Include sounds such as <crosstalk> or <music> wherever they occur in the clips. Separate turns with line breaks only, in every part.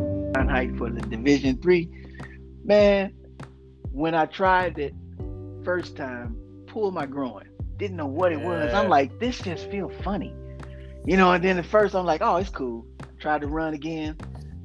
night for the Division Three. Man, when I tried it first time, pulled my groin. Didn't know what it was.
Yeah.
I'm like, this just feel funny, you know. And then at first, I'm like, oh, it's cool. Tried to run again,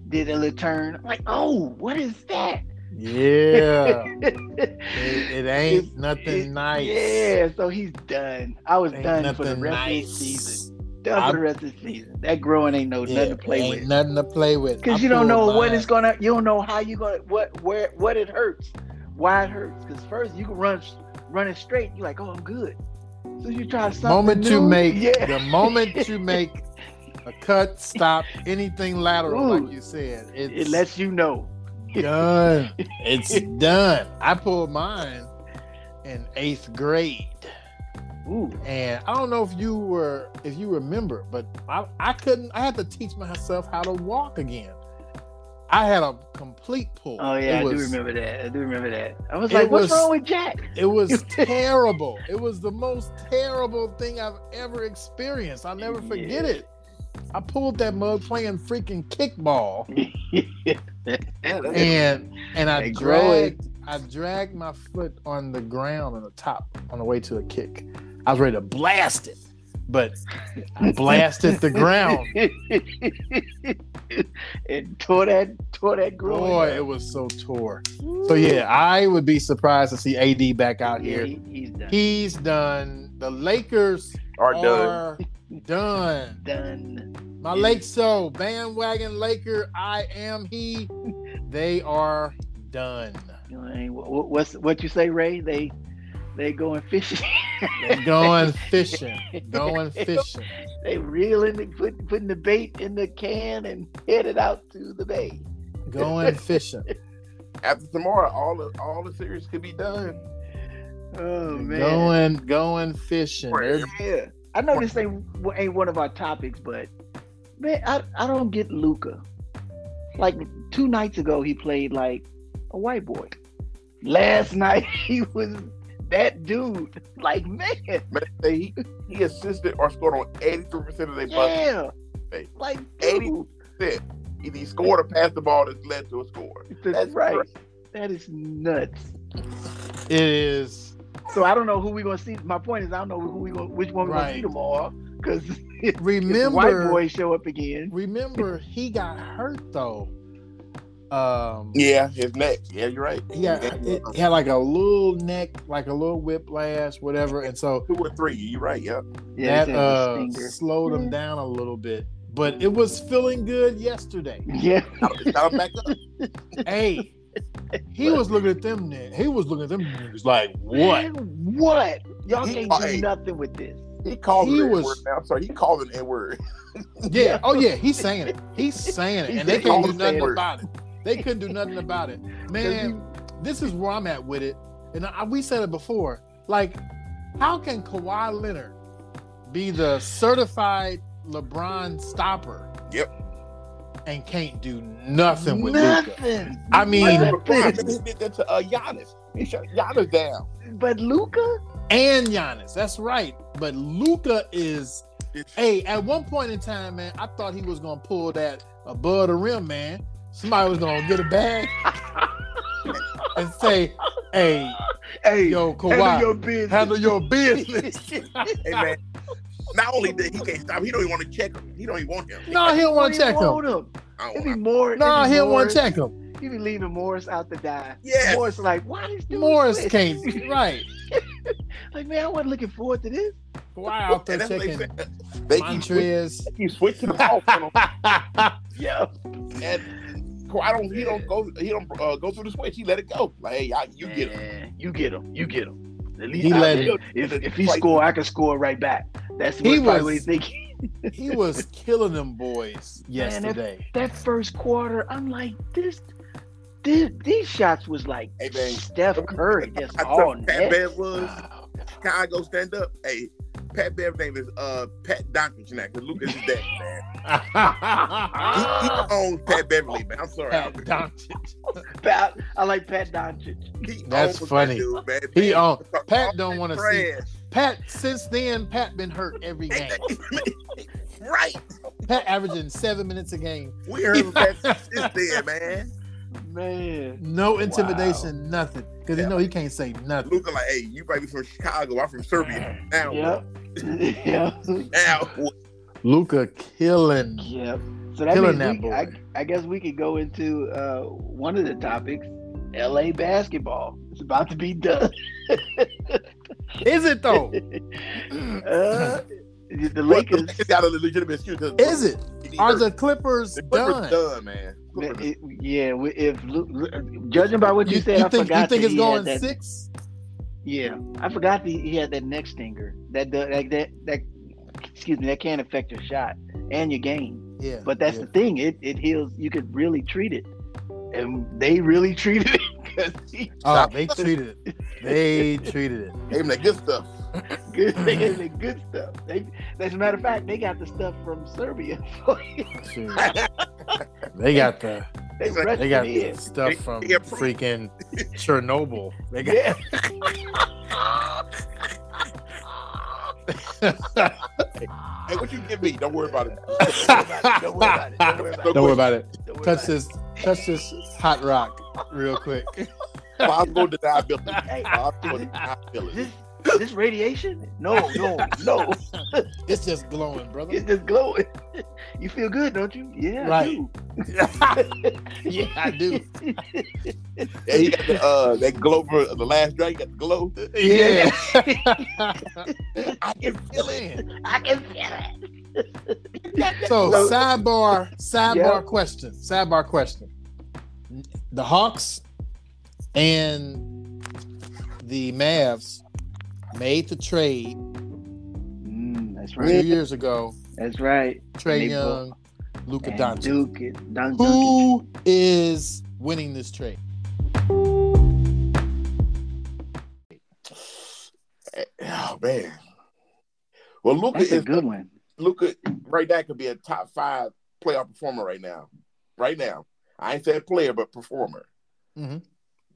did a little turn. I'm like, oh, what is that? <laughs>
Yeah. it, it ain't
It's-
nothing
it-
nice.
Yeah, so he's done. I was
Ain't
done for the
nothing
rest of
nice.
the season. Done for
I'm-
the rest of the season. That growing ain't no
Yeah,
nothing to play
ain't
with.
Nothing to play with.
Cause
I
you don't know
pulled
what
mine.
it's gonna. You don't know how you gonna what where what it hurts, why it hurts. Cause first you can run running straight. You're like, oh, I'm good. So you try something.
moment you
new,
make
yeah.
the
<laughs>
moment you make a cut, stop, anything lateral,
Ooh.
like you said,
it
it's
lets you know. <laughs>
done. it's done. I pulled mine in eighth grade,
Ooh,
and I don't know if you were if you remember, but I I couldn't. I had to teach myself how to walk again. I had a complete pull.
oh yeah, I
it was,
do remember that. I do remember that. I was
It
like, what's
was-
wrong with Jack? <laughs>
It was terrible. It was the most terrible thing I've ever experienced. I'll never forget
Yeah.
it. I pulled that mug playing freaking kickball, and and I
They grow it.
dragged I dragged my foot on the ground on the top on the way to a kick. I was ready to blast it, but I blasted
<laughs>
the ground.
and tore that tore that growing.
Boy,
up.
it was so tore. So yeah, I would be surprised to see AD back out
Yeah,
here.
he- he's done.
He's done. The Lakers
Are done.
are done.
done.
My
Yeah.
Lake So bandwagon Laker, I am he. They are done.
You know, ain't- wha- wha- What's what you say, Ray? They they going fishing.
They're
<laughs>
going fishing. Going fishing.
they reeling and put, putting the bait in the can and headed out to the bay. <laughs>
Going fishing.
After tomorrow, all the all the series could be done.
Oh man.
Going going fishing. They're-
Yeah. I know this ain't ain't one of our topics, but man, I, I don't get Luca. Like two nights ago, he played like a white boy. Last night <laughs> he was that dude. Like man,
Man, they, he, he assisted or scored on 83% of their buckets.
yeah.
Hey.
Like
Eighty-
dude,
Either he scored or passed the ball that led to a score.
that's
That's
right.
right.
That is nuts.
It is
So I don't know who we're gonna see. My point is I don't know who we gonna, which one we're gonna see
Right.
tomorrow <laughs> because the white
remember
boys show up again.
remember he got hurt though. Um
Yeah, his neck. Yeah, you're right.
he got it, he had like a little neck, like a little whiplash, whatever. And so
Two or three. You're right. Yeah.
Yeah,
that
they said the
uh,
stinger. <laughs>
slowed him down a little bit. But it was feeling
<laughs>
good yesterday.
yeah,
Now I'm back up.
hey, he was looking at them. Then he was looking at them. Niggas like what?
<laughs> What? Y'all
He-
can't do
hey.
nothing with this.
He called
He
it an
was-
word now. I'm sorry. He called it
<laughs>
an word.
Yeah. Oh yeah. He's saying it. He's saying it, and they can't do nothing about it. They couldn't do nothing about it. Man, this is where I'm at with it. And I, we said it before. Like, how can Kawhi Leonard be the certified LeBron stopper?
Yep.
And can't do nothing with Luka.
nothing.
I mean,
Nothing.
Like LeBron, <laughs> he did that to uh, Giannis. He shut Giannis down.
But Luca,
and Giannis. That's right. But Luca is hey, at one point in time, man, I thought he was gonna pull that above the rim, man. Somebody was gonna get a
<laughs>
bag and say, Hey,
hey,
yo,
handle your
Kawhi,
business.
handle your business.
Hey, man. Not only did he can't stop, he don't even want to check him. He don't even want him.
No, he don't
What
wanna
do
check
you
him.
want him?
I
It'd
don't
be
want
more.
No, he
he'll
don't wanna check him.
You be leaving Morris out to die.
Yes.
Morris like, why this dude
Morris
quit? <laughs>
<laughs>
can't right.
Like, man, I wasn't looking forward to this.
Kawhi out there
And <laughs> that's what
checking
They, said. they keep, switch,
Montrez.
keep switching him off on him,
<laughs>
Yeah,
and Kawhi don't. He don't go. He don't uh, go through the switch. He let it go. Like, hey, y'all, you get him.
Man, You get him. You get him. At least
He
I
let
did.
him.
If, if he
Like-
score, I can score right back. That's what
He
probably
was-
what he's <laughs> thinking.
He was killing them boys
Man, that-
yesterday.
That first quarter, I'm like, this, this these shots was like
Hey, man.
Steph Curry just
I
Oh,
all
told Pat
net.
Bev was Chicago stand up. Hey, Pat Bev's name is uh Pat Doncic now because Lucas is dead, man.
<laughs>
He, he
Pat
owns Pat Beverly, man. I'm sorry. Albert.
Doncic.
<laughs> Pat, I like Pat Doncic.
He
That's
owns that
funny.
dude, man.
<laughs> He on
Pat-
Pat don't want to see
trash.
Pat since then Pat been hurt every game.
right.
Pat averaging seven minutes a game.
<laughs>
We heard from Pat since then, man.
Man.
No intimidation, nothing. Because
Yeah.
you know he can't say nothing.
Luca, like, hey, you might be from Chicago. I'm from Serbia. Now,
Yep. <laughs> yep.
now,
Luca killing.
Yep. So that
Killing
means
that
we,
boy.
I, I guess we could go into uh, one of the topics. LA basketball. It's about to be done.
Is it
Oh.
<laughs> though?
<laughs> Uh, the
what, the
Lakers
Lakers got a legitimate excuse. 'cause
Is it?
the
Are
Clippers-
the Clippers
the Clippers
done?
done, man?
Man,
Clippers-
it- yeah, we- if Lu- Lu- judging by what you, said, I
think you
forgot
think
that
it's
he had
going
that-
six?
Yeah, I forgot that he had that neck stinger. That do- like that that excuse me, that can affect your shot and your game.
Yeah.
But that's
yeah.
the thing; it it heals. You could really treat it, and they really <laughs> treated it because he
oh, they treated it. They treated it.
Hey, man, that good stuff.
good. They
<laughs>
had the good stuff. They, as a matter of fact, they got the stuff from Serbia. <laughs>
Shoot. They got the
they
They
rushed
they got
it
the
in.
stuff from
Yeah.
freaking <laughs> Chernobyl. They got
Yeah, <laughs>
Hey, what you give me? Don't worry about it.
don't worry about it. Don't worry about it.
Don't worry about it.
Don't worry about
Touch
it.
this touch this hot rock real quick.
Possible deniability.
Hey,
Possible
is it- Is
deniability.
this, is this radiation? No, no,
<laughs>
no.
It's just glowing,
It's
brother.
just glowing. You feel good, don't you? <laughs> Yeah, I
Right.
do.
yeah, I do.
Yeah, he got the, uh, that glow for the last drag. Got the glow.
<laughs> Yeah.
I can feel
<laughs>
it.
Man.
I can feel
So
So-
sidebar, sidebar
Yeah.
question, sidebar question. The Hawks and the Mavs made the trade
it. Mm, that's
two
right.
years ago.
That's right.
Trey
They
Young, Luka
And
Doncic.
Duke, and Dun- Duncan.
Who is winning this trade?
Oh man. Well, Luca
That's a
is
good one.
Luca right now could be a top five playoff performer right now. Right now, I ain't said player, but performer.
Mm-hmm.
Mhm.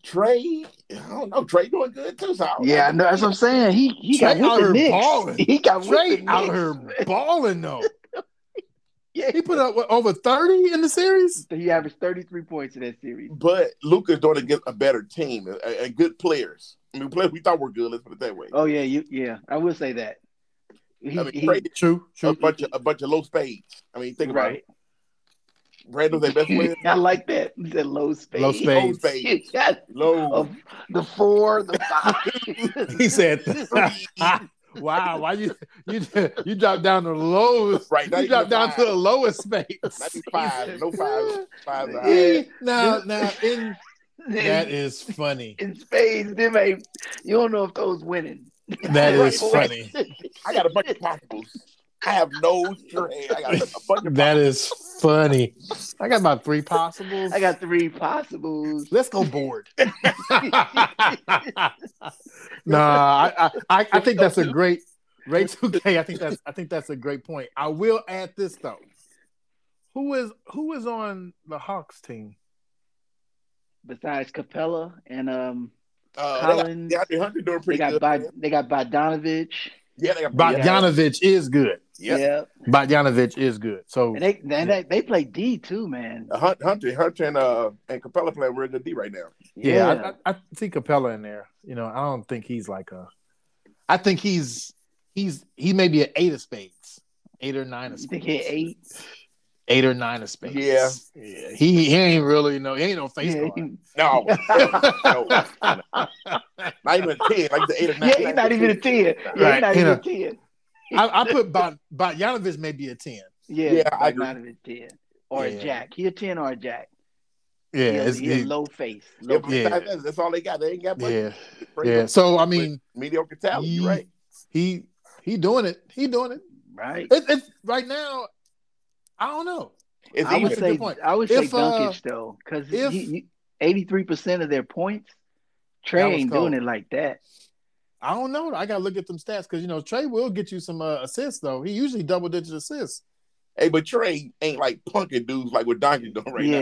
Trey, I don't know. Trey doing good too. So I don't
Yeah, I know. That's what I'm saying. He he got
Trey out
with the
here
Knicks.
balling.
He got with
Trey
the Knicks.
out here <laughs> balling though.
Yeah.
He put up what, over thirty in the series.
He averaged 33 points in that series.
But Luca's doing against a better team and- and good players. I mean, players we thought were good. Let's put it that way.
Oh yeah, you yeah. I will say that. He,
I mean,
he-
Trey
True,
a bunch of a bunch of low spades. I mean, think about
right.
it. Randall's
<laughs>
their best player.
I like that. He said low space.
Low
Low
spades.
spades.
<laughs> Yeah,
Low.
of the four, the
<laughs>
five.
<laughs> He said, <laughs>
Three.
"Wow, why you you you dropped down to the lowest?
Right, not
You dropped
even
down
five.
to the lowest space."
Not even five. No five. Five.
Yeah.
Now, now, <laughs> in, that is funny.
in spades, them ain't. You don't know if those winning. <laughs>
That is funny.
I got a bunch of possibles. I have no sure hand. I got
<laughs>
a bunch of
That is funny. I got about three possibles.
I got three possibles.
Let's go <laughs> board. nah, I, I, I- I think that's a great Ray 2K. I think that's I think that's a great point. I will add this though. Who is who is on the Hawks team?
Besides Capella and um,
uh,
Collins,
they got DeAndre Hunter doing
they
pretty
got
good.
Bod- they got Bogdanovich.
yeah, they got
Bogdanovich is good.
Yeah.
Yeah,
Bogdanovich is good. So
and they and they, they play D too, man.
Uh, Hunt, Hunter, Hunter, and uh, and Capella playing real good D right now.
yeah, I, I, I see Capella in there. You know, I don't think he's like a. I think he's he's he may be an eight of spades, eight or nine of
You
spades.
think he eight?
eight or nine of spades.
Yeah.
yeah. He he ain't really no. He ain't no face
Yeah, <laughs>
guard.
he-
No, no,
<laughs>
not even a ten, like the eight or nine.
yeah, he's not even a ten. Yeah, he's
Right,
not
you
even
know.
a ten.
I, I put Bot Botjanovich maybe a ten.
Yeah,
Yeah, I agree.
Bogdanovich ten or
Yeah.
a Jack. He a ten or a Jack.
Yeah,
he a,
it's,
he a
it-
low face.
Yeah,
Low
but
Yeah.
besides that, that's all they got. They ain't got much.
yeah, yeah. So I mean,
mediocre talent.
he,
You right?
he he doing it. He doing it.
right?
It, it's right now. I don't know.
It's
I
even-
would
That's a
say
good
even.
point.
I would say
If, uh,
Dunkish though, because
if-
eighty-three percent of their points,
That
Trey
was
ain't
cold.
doing it like that.
I don't know. I gotta look at them stats because you know Trey will get you some uh, assists though. He usually double digit assists.
Hey, but Trey ain't like punking dudes like what Donkey doing right now.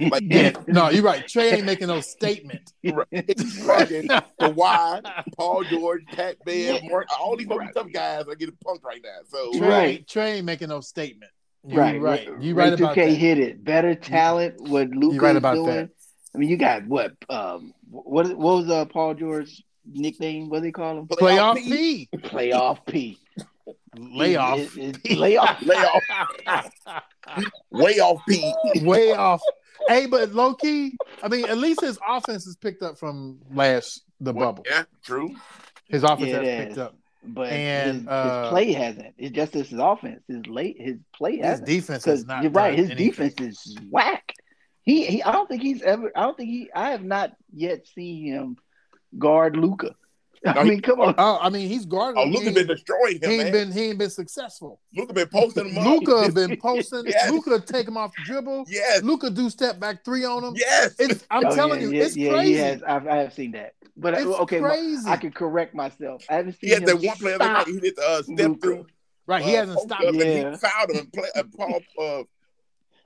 yeah,
<laughs>
Like,
Yeah. no, you're right. Trey ain't making no statement.
He's fucking Kawhi, Paul George, Pat Bev, Mark, all these fucking tough guys are getting punked right now. So
Trey,
Right.
Trey ain't making no statement. You right, right. You right
Ray 2K
about that.
hit it. Better talent. What Luca
You're right about
doing.
that.
I mean, you got what? Um, what what was uh, Paul George's nickname? What do they call
<laughs>
him?
Playoff P.
Playoff P.
Layoff.
It- it- <laughs> layoff.
<laughs>
Layoff, way off P.
Way off. Hey, but low key, I mean, at least his offense is picked up from last the bubble.
Yeah, true.
His offense
Yeah, it
has
is.
picked up.
But
And,
his, his
uh,
play hasn't. It's just his offense. His late his play
His
hasn't.
defense
Because
is not.
you're right.
done
His
anything.
defense is whack. He, he I don't think he's ever. I don't think he. I have not yet seen him guard Luca. <laughs> I
No, he-
mean, come on.
Oh, I mean, he's guarding.
Oh, Luca
he,
been destroying
he
him,
ain't
man.
been. He ain't been successful.
Luca been posting him up.
Luca
<laughs>
been posting.
Yes.
Luca take him off the dribble.
Yes,
Luca do step back three on him.
yes.
It's, I'm
Oh,
telling
yeah,
you,
yeah,
it's
yeah,
crazy.
He has, I've, I have seen that, but I-
it's
okay, my-
crazy.
I can correct myself. I haven't seen
He had
him
that one play the other
stop
night. He did the uh, step
Luka.
through.
right, he
uh,
hasn't
post
stopped.
up And
Yeah.
he fouled him. And play, uh, Paul, uh,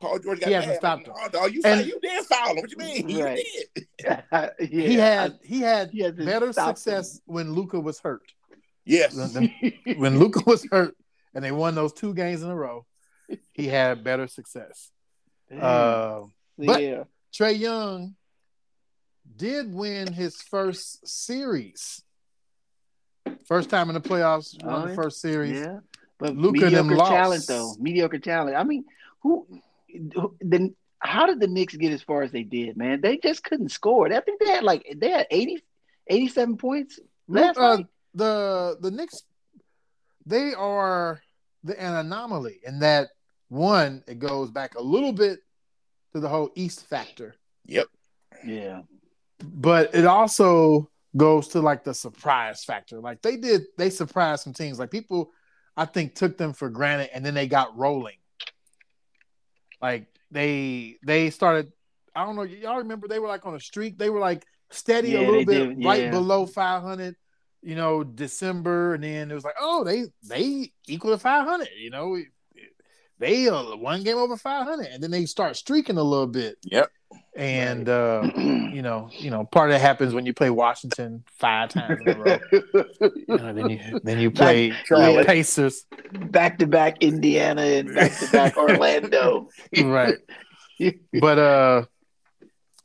Paul George got
He hasn't
mad.
stopped him.
Oh, dog, you,
And-
foul- you did foul him. What you mean? You
Right.
did.
<laughs> yeah,
he had.
I-
he had
he hasn't
better
stopped
success when Luca was hurt.
Yes.
<laughs>
When-
him.
when Luca was hurt, and they won those two games in a row, he had better success.
Mm.
Uh, but-
yeah,
Trey Young did win his first series. First time in the playoffs, won the
Oh,
first series.
yeah, but
Luka and them
mediocre
lost.
talent though. Mediocre talent. I mean, who? who- The how did the Knicks get as far as they did? Man, they just couldn't score. I think they had like they had 80, 87 points
Lu-
last
uh,
night.
the the Knicks, they are the an anomaly in that one, it goes back a little bit to the whole East factor,
Yep.
Yeah,
but it also goes to like the surprise factor. Like they did, they surprised some teams. Like people, I think, took them for granted, and then they got rolling. Like they they started. I don't know. Y'all remember they were like on a streak. They were like steady a
Yeah, they
little bit,
did,
right
yeah.
below five hundred. You know, December, and then it was like, oh, they they equal to five hundred. You know, they uh, one game over five hundred, and then they start streaking a little bit.
Yep.
And uh, you know, you know, part of that happens when you play Washington five times in a <laughs> row. You know, then you then you play
Charlotte.
the Pacers,
back to back Indiana and back to <laughs> back Orlando.
<laughs> right? But uh,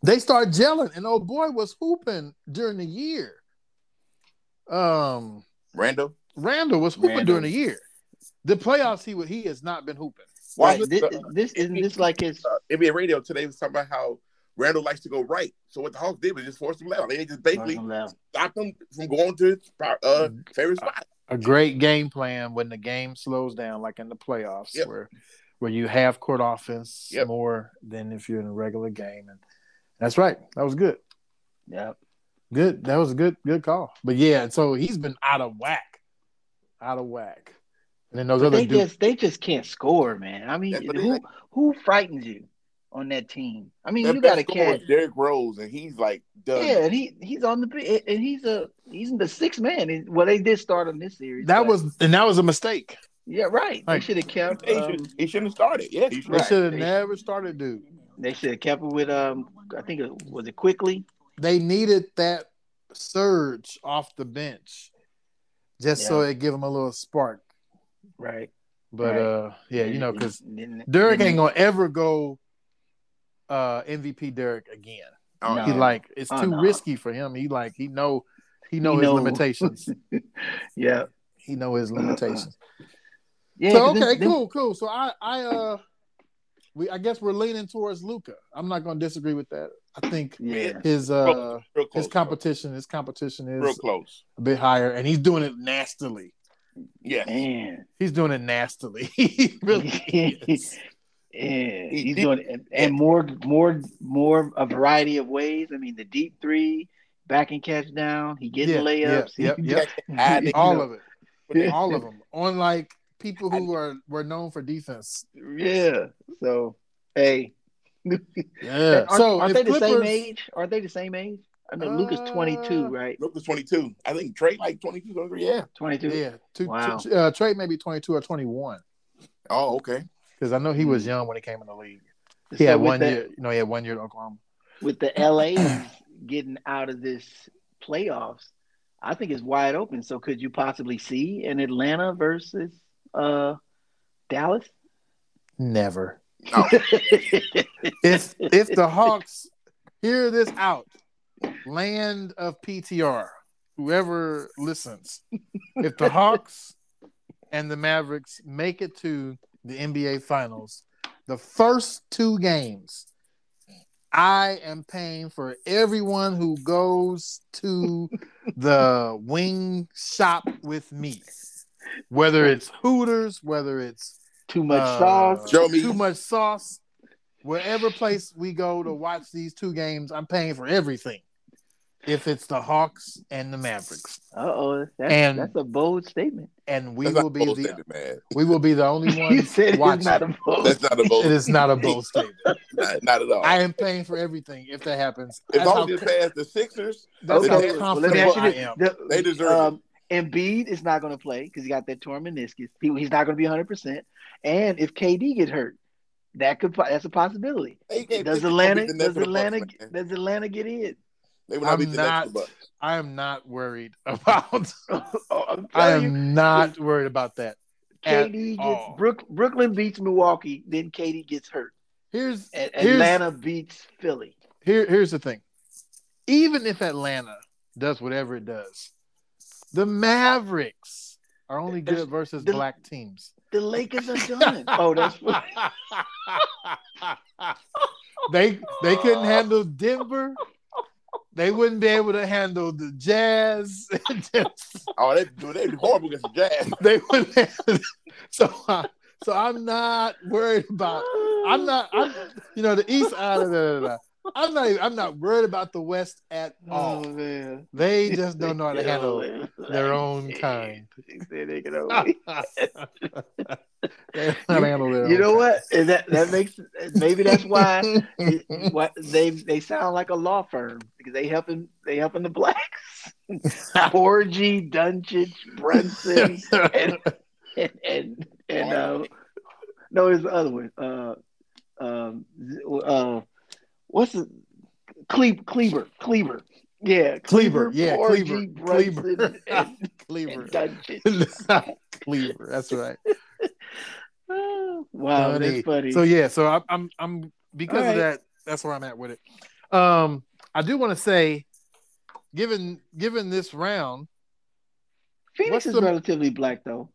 they start gelling, and old boy was hooping during the year. Um,
Randall.
Randall was hooping
Randall.
during the year. The playoffs, he wa- he has not been hooping.
Right.
Watch
This,
the,
this isn't this like his.
uh, NBA radio today was talking about how Randall likes to go right. So what the Hawks did was just force him left. They just basically
Uh-huh.
stopped him from going to his uh,
Mm-hmm.
favorite spot.
A great game plan when the game slows down, like in the playoffs,
Yep.
where where you have court offense
Yep.
more than if you're in a regular game, and that's right. That was good.
Yeah.
Good. That was a good good call. But yeah, so he's been out of whack. Out of whack. And then those other
They
dudes.
just they just can't score, man. I mean,
That's what they
who
like.
who frightens you on that team? I mean,
Their
you got
best
a
scorer
cat.
is Derrick Rose, and he's like done.
Yeah, and he he's on the bi- and he's a he's in the sixth man. And, well, they did start on this series.
That
but-
was and that was a mistake.
yeah, right.
Right.
They should have kept.
He,
Um,
should, he shouldn't have started. Yeah, he should.
They
Right.
should have
They-
never started dude.
they should have kept it with um. I think it was it quickly.
They needed that surge off the bench just so it give them a little spark.
Right.
But
Right. Mm-hmm.
uh yeah, you know, because Derek
Derek
ain't gonna ever go uh MVP Derek again.
Oh,
No.
He like it's
Oh,
too
no.
risky for him. He like he know he know
He
his
know. <laughs>
limitations.
Yeah.
he know his limitations.
Yeah.
so
'cause
okay,
them- them-
cool, cool. So I, I, uh, we, I guess we're leaning towards Luca. I'm not going to disagree with that. I think
Yeah.
his, uh,
real close.
his competition, his competition
real
is
close.
a bit higher, and he's doing it nastily.
Yeah,
Man.
He's doing it nastily. <laughs> He
<laughs>
really is.
Yeah,
He
he's
did-
doing and, and more, more, more a variety of ways. I mean, the deep three, back and catch down. He getting
Yeah,
layups.
yeah,
He-
yeah,
<laughs>
I
you
think
all
know,
of it, all of them. On like people who are were known for defense.
Yeah. So, hey,
Yeah.
aren't,
So
aren't they
if
the same
Clippers-
age? Aren't they the same age? I know Luca's
Uh,
twenty two, right?
Luke was 22. I think Trey like 22, 23. Yeah.
Twenty two.
Yeah. Two,
Wow.
two, uh, Trey maybe twenty two or twenty one
Oh, okay.
because I know he was young when he came in the league.
So
He had
Hmm. with
one
the,
year. You know, he had one year at Oklahoma.
with the LA getting out of this playoffs. I think it's wide open. So, could you possibly see an Atlanta versus uh, Dallas? <laughs>
Never.
No.
If if the Hawks hear this out, land of PTR, whoever listens, if the Hawks and the Mavericks make it to the NBA Finals, the first two games, I am paying for everyone who goes to the wing shop with me, whether it's Hooters, whether it's
Too much
uh,
sauce.
Joe Me.
too much sauce. Wherever place we go to watch these two games, I'm paying for everything. If it's the Hawks and the Mavericks,
Uh oh, that's,
And-
that's a bold statement.
and we
That's
will
not
be
a bold
the
statement, man.
we will be the
<laughs>
only
you
ones
said it's
watching.
not a bold.
That's not a
<laughs>
bold.
It is not a
<laughs>
bold statement.
not, not at all.
I am paying for everything if that happens.
as
That's
long
how,
as they pass the Sixers,
that's how
Okay, well,
let me
confident
ask
I
you this.
am.
The-
they deserve
um, Embiid is not going to play because he got that torn meniscus. He, he's not going to be 100. percent And if KD get hurt, that could po- that's a possibility.
it. They can't- they
Does
can't
Atlanta
beat the Nets
does
for the
Atlanta
Bucks, man.
does Atlanta get in? <laughs>
They will not
I'm
beat the Nets for the
not-
Bucks.
I am not worried <laughs> about.
Oh, I'm
I
telling you,
am not worried about that. at
KD
all.
gets Brook, Brooklyn beats Milwaukee, then KD gets hurt,
Here's
and
Here's-
Atlanta beats Philly.
here here's the thing. Even if Atlanta does whatever it does, the Mavericks are only good versus
the-
black teams.
The Lakers are done.
<laughs>
oh, that's
they they couldn't handle Denver. They wouldn't be able to handle the Jazz. <laughs> Just-
Oh, they do. They horrible against the Jazz.
they wouldn't. Handle, <laughs> so uh, so I'm not worried about. I'm not. I'm you know the East. Uh, da, da, da, da. I'm not. Even, I'm not worried about the West at
<laughs> Oh
all.
man, <laughs>
They just don't know how to handle their own kind.
They said they
<laughs>
could only-
They don't know how to handle their
You
own
know
kind.
what? Is That that makes maybe that's why
<laughs>
what they they sound like a law firm because they helping they helping the
<laughs>
blacks. Orgy, Dunchich,
<laughs>
Brunson, and and and, and uh, no, it's the other one. Uh, um, z- uh, what's the Cle- Cleaver? Cleaver, yeah,
Cleaver, yeah,
Orgy,
Cleaver,
Brunson,
Cleaver. <laughs>
and,
Cleaver.
and Dunchich.
Cleaver.
<laughs>
That's right.
Oh, wow,
Funny.
that's funny.
So yeah, so I'm I'm, I'm because
All right.
of that. That's where I'm at with it. Um, I do want to say, given given this round, what's
Phoenix is
the-
relatively black though.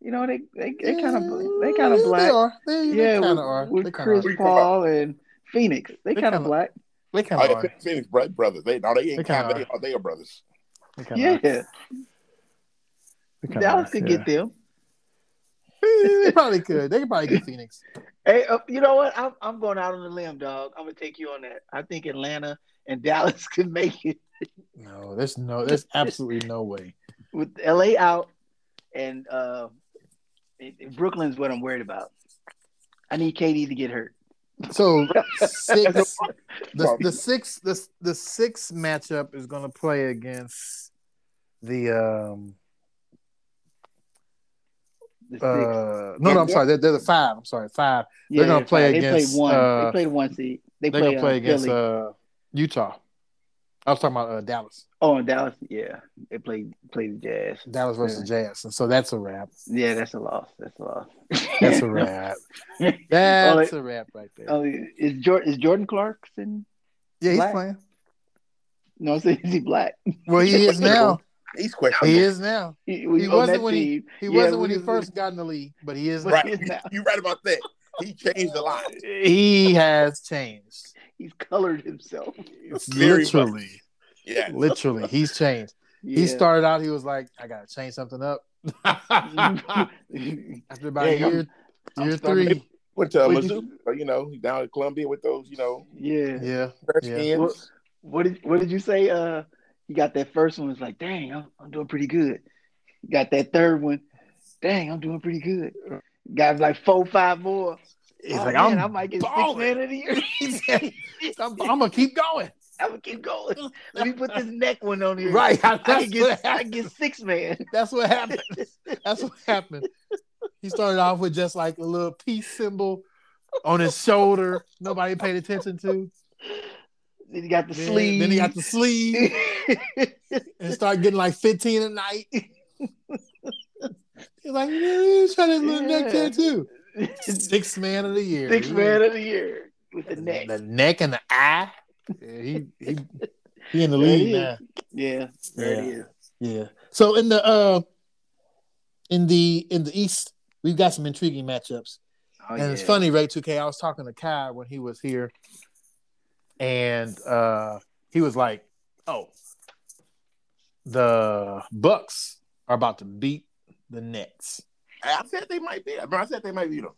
You know they they they kind of they kind of black.
They are. They,
yeah,
kind
with,
of are.
with
They kind
Chris
of are.
are.
Paul and Phoenix, they,
They
kind of
kinda-
black.
They kind
Oh,
of
yeah,
are.
Phoenix Bright brothers. They no, they
They
ain't
kinda
kind. They are. They are brothers.
They kinda
Yeah,
are. They kinda
Dallas
are,
could
yeah.
get them.
<laughs> they probably could. They could
<laughs>
probably get Phoenix.
Hey, uh, you know what? I'm I'm going out on the limb, dog. I'm gonna take you on that. I think Atlanta and <laughs> Dallas could make it
No,
<laughs>
there's no, there's absolutely no way.
with LA out, and uh, it- it- Brooklyn's what I'm worried about. I need KD to get hurt.
So
<laughs>
six, the, the six, the the six matchup is going to play against the um
The six.
uh no no I'm sorry they're, they're the five I'm sorry five
Yeah,
gonna play
fine.
against,
They played one.
uh,
they played one seed. They
they're
play,
gonna play against
Philly.
uh Utah. I was talking about uh, Dallas,
oh, and Dallas. Yeah, they played played the Jazz.
Dallas versus Jazz, and so that's
<laughs>
a wrap.
Yeah, that's a loss. That's a loss. <laughs>
That's a wrap. That's a wrap right there.
Oh, is Jordan is Jordan Clarkson?
Yeah, he's
black?
playing.
No, I'm saying is he black? <laughs>
Well, he is now.
He's
He
questionable.
is now.
He, was on
wasn't
Oh, that
when he-
team,
He
Yeah,
wasn't
we
when he
just- <laughs>
first got in the league, but he is.
but
Right.
<laughs> he's now
You're right about that. He changed a lot.
He has changed.
he's colored himself.
Very much.
literally,
Yeah.
literally, he's changed.
Yeah.
He started out. He was like, "I gotta change
<laughs>
something up." After about
Yeah, I'm-
year,
I'm
year
starting
three,
Went to uh,
Would
Mizzou.
you-
but, You know, he's down in Columbia with those. You know,
<laughs> yeah.
yeah,
fair
Yeah.
skins.
Well- What did What did you say? Uh, you got that first one. It's like, dang, I'm, I'm doing pretty good. You got that third one. Dang, I'm doing pretty good. Got like four, five more.
he's
Oh,
like,
man,
"I'm,
I might get six
balling."
<laughs> man of the year.
<laughs> I'm, I'm gonna keep going."
I'm gonna keep going. Let me put this neck one on here.
Right,
I
that's
can
what
get I can
happened.
get six
<laughs>
man. <laughs>
That's what happened. That's what happened. He started off with just like a little peace symbol on his shoulder. Nobody paid attention to.
Then you got the
Then,
sleeve.
then he got the sleeve. <laughs> and start getting like 15 <laughs> a night. He's like, yeah, he's trying to live that
Yeah.
kid too. Six man of the year.
Six man of the year with the neck.
The neck and the eye. Yeah, he, he, he in the lead
<laughs> Yeah.
now.
Yeah, there it
Yeah.
is.
Yeah. So in the uh in the in the East, we've got some intriguing matchups.
Oh,
and it's
yeah.
funny, Ray 2K. I was talking to Kai when he was here, and uh he was like, Oh, the Bucks are about to beat the Nets.
I said they might be. I, mean, I said they might be them.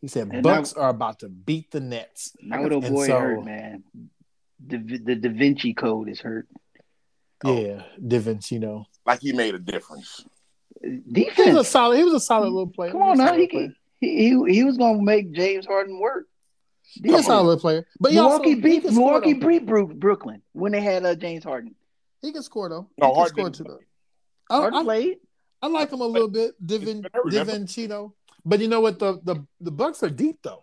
He said
And
Bucks are about to beat the Nets.
Now little
And
boy
so-
hurt, man. The, the Da Vinci Code is hurt.
Oh.
Yeah, DiVincenzo.
Like he made a difference.
He was a
Defense.
solid. He was a solid little player.
Come on
He was a
now,
solid
he,
player.
can, he he he was gonna make James Harden work.
He was a solid
Defense.
little player. But he also-
Milwaukee
he
beat
can score,
Milwaukee
though.
beat Bru- Brooklyn when they had uh, James Harden.
He can score though.
No,
he can
Harden
score
didn't
too, though.
play.
Harden
I, I,
played.
I like him a little bit, Divin
I remember.
Divinchino. But you know what? The the the Bucks are deep though. Oh,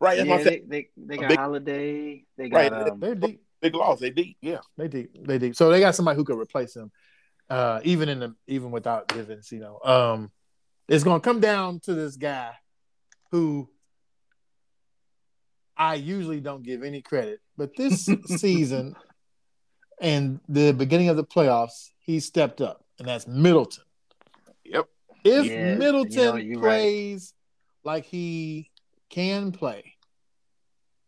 Right.
Yeah,
That's what I said.
they, they, they got
Big-
Holiday. They got
Right.
um,
They're deep.
Big loss. They deep. Yeah.
They deep. They deep. So they got somebody who could replace him, uh, even in the even without Divinchino. Um, it's gonna come down to this guy who I usually don't give any credit, but this season and the beginning of the playoffs, he stepped up, and that's Middleton.
Yep.
If
Yeah, you know,
Middleton
you're right.
plays like he can play,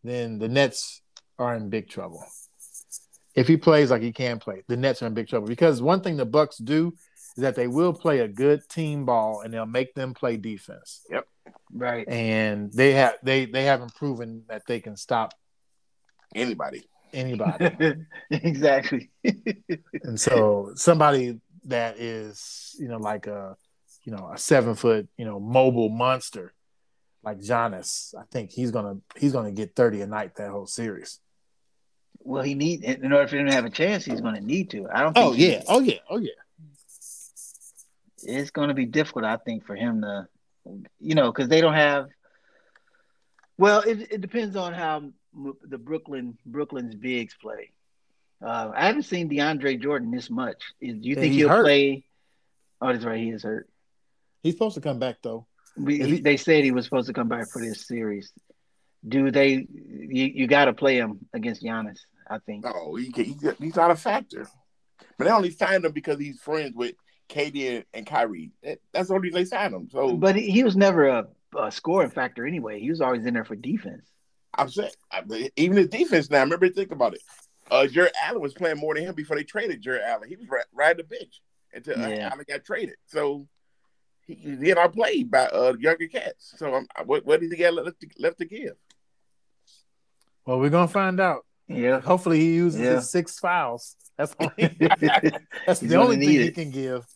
then the Nets are in big trouble. If he plays like he can play, the Nets are in big trouble because one thing the Bucks do is that they will play a good team ball and they'll make them play defense.
right.
And they have they they haven't proven that they can stop
Anybody.
anybody.
<laughs> exactly. <laughs>
and so somebody that is you know like a you know a seven foot you know mobile monster like Giannis, I think he's gonna he's gonna get thirty a night that whole series.
Well, he need in order for him to have a chance, he's going to need to. I don't. Think he-
oh yeah, oh yeah.
it's going to be difficult, I think, for him to, you know, because they don't have. Well, it, it depends on how m- the Brooklyn Brooklyn's bigs play. Uh, I haven't seen DeAndre Jordan this much. Is- Do you
Yeah,
think
he's
he'll
hurt.
play? Oh, that's right. He is hurt.
He's supposed to come back though.
We,
If he-
they said he was supposed to come back for this series. Do they? You, you got to play him against Giannis. I think.
No, he, can- he's he's not a factor. But they only signed him because he's friends with Katie and, and Kyrie. That, that's the only reason they signed him.
Oh.
So
But he, he was never a, a scoring factor anyway. He was always in there for defense.
I'm saying, I, even his defense now. Remember, think about it. Uh, Jared Allen was playing more than him before they traded Jared Allen. He was right, right at the bench until uh,
Yeah.
Allen got traded. So he, he got outplayed by uh, younger cats. So um, what, what does he got left to, left to give?
Well, we're gonna find out. <laughs>
Yeah.
Hopefully, he uses
Yeah.
his six fouls. That's
<laughs>
only, that's
He's
the only
gonna
thing
need
he
it.
can give.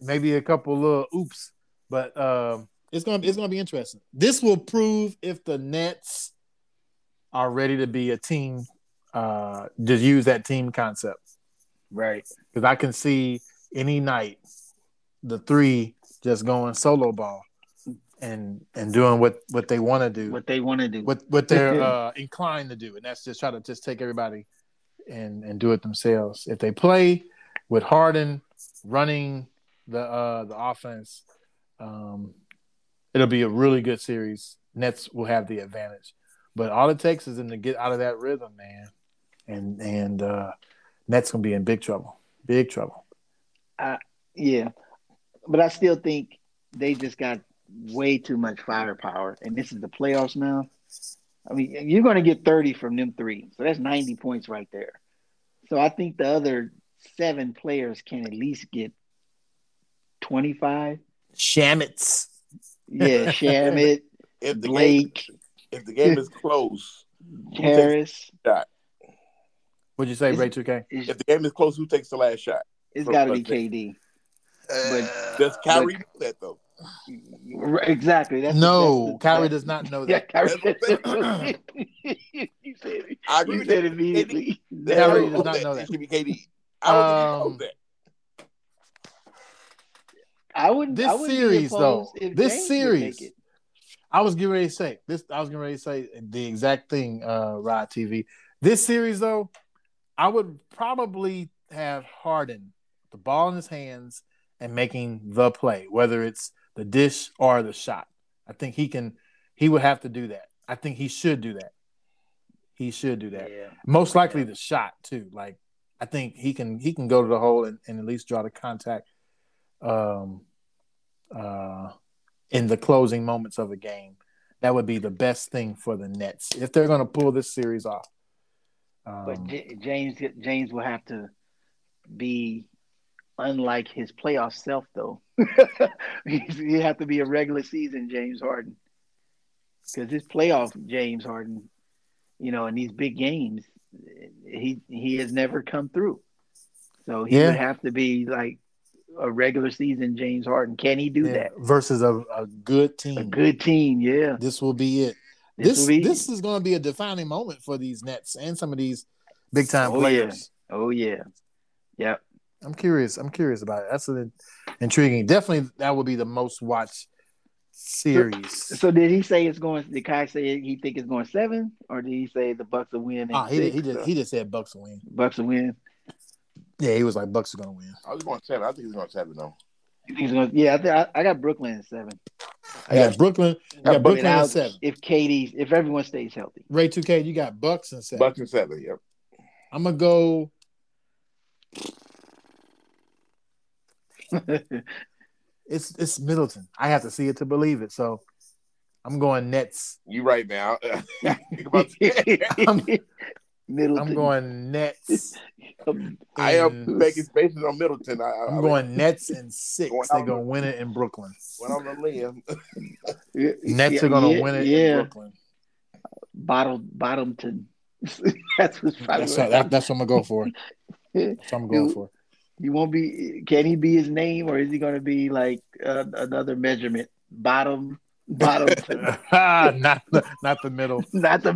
Maybe a couple little oops, but um, it's gonna it's gonna be interesting. This will prove if the Nets are ready to be a team. Uh, just use that team concept
Right.
because I can see any night the three just going solo ball and and doing what what they want to do
What they want to do.
what
<laughs>
what they're uh, inclined to do, and that's just try to just take everybody and and do it themselves. If they play with Harden running the uh, the offense, um, it'll be a really good series. Nets will have the advantage, but all it takes is them to get out of that rhythm, man, and and uh, Nets gonna be in big trouble, big trouble.
Yeah, but I still think they just got way too much firepower, and this is the playoffs now. I mean, you're going to get 30 from them three, so that's 90 points right there. So I think the other seven players can at least get 25.
Shamit's.
Yeah,
<laughs>
Shamit,
If the game,
Blake,
if the game is close,
Harris.
What'd you say,
Is-
Ray Two K?
It's,
if the game is close, who takes the last shot?
it's got to be KD. But-
Does
Uh,
Kyrie know that though?
Exactly. That's
No,
that's the-
Kyrie does not know
Yeah,
that.
<laughs>
Kyrie.
That's-
<laughs> you said it.
I agree
You
with you.
said it immediately.
They
Kyrie
don't
does not know that.
It should be KD. I don't
Um,
think
I wouldn't. I
This
wouldn't be
series, though,
opposed if
this
James would take
series,
it.
I was getting ready to say this. I was getting ready to say the exact thing, uh, Rod TV. This series, though, I would probably have Harden the ball in his hands and making the play, whether it's the dish or the shot. I think he can. He would have to do that. I think he should do that. He should do that.
Yeah.
Most likely the shot too. Like I think he can. He can go to the hole and, and at least draw the contact. Um, uh, in the closing moments of a game, that would be the best thing for the Nets if they're going to pull this series off. Um,
But J- James James will have to be unlike his playoff self, though. <laughs> He's- he have to be a regular season James Harden because his playoff James Harden, you know, in these big games, he he has never come through. So he
Yeah.
would have to be like a regular season James Harden. Can he do
yeah,
that?
versus a, a good team.
A good team, yeah.
this will be it.
This,
This
will be-
this is going to be a defining moment for these Nets and some of these big time
Oh, yeah.
players.
oh yeah, yep.
I'm curious. I'm curious about it. That's an intriguing. Definitely, that would be the most watched series.
So did he say it's going? Did Kai say he think it's going seven, or did he say the Bucks will win? in
Ah, he,
six?
he just he just said Bucks will win.
Bucks will win.
Yeah, he was like Bucks are going to win.
I was going seven. I think he's going seven though.
You think it's going? Yeah, I, think I, I got Brooklyn in seven.
I got Brooklyn. I got Brooklyn
Now,
at seven.
If Katie's, if everyone stays healthy, <laughs>
Ray Two K, you got Bucks and seven.
Bucks and seven. Yep.
I'm gonna go. It's it's Middleton. I have to see it to believe it. So I'm going Nets.
You right now. <laughs>
<laughs>
Think about
Middleton.
I'm going
<laughs>
Nets.
Um,
I am
in-
making spaces on Middleton. I, I,
I'm going Nets in six.
Going
They're
out-
gonna win it in Brooklyn.
Went on the limb.
Nets
yeah,
are gonna
yeah,
win it in
Yeah,
Brooklyn.
bottom bottomton. <laughs> That's what's probably.
That's, what- that- that's what I'm gonna go
<laughs>
for. That's what I'm going
Dude. <laughs>
for.
You won't be. Can he be his name, or is he going to be like uh, another measurement? Bottom,
<laughs>
bottom,
<laughs> not the, not
<laughs>
the middle.
not the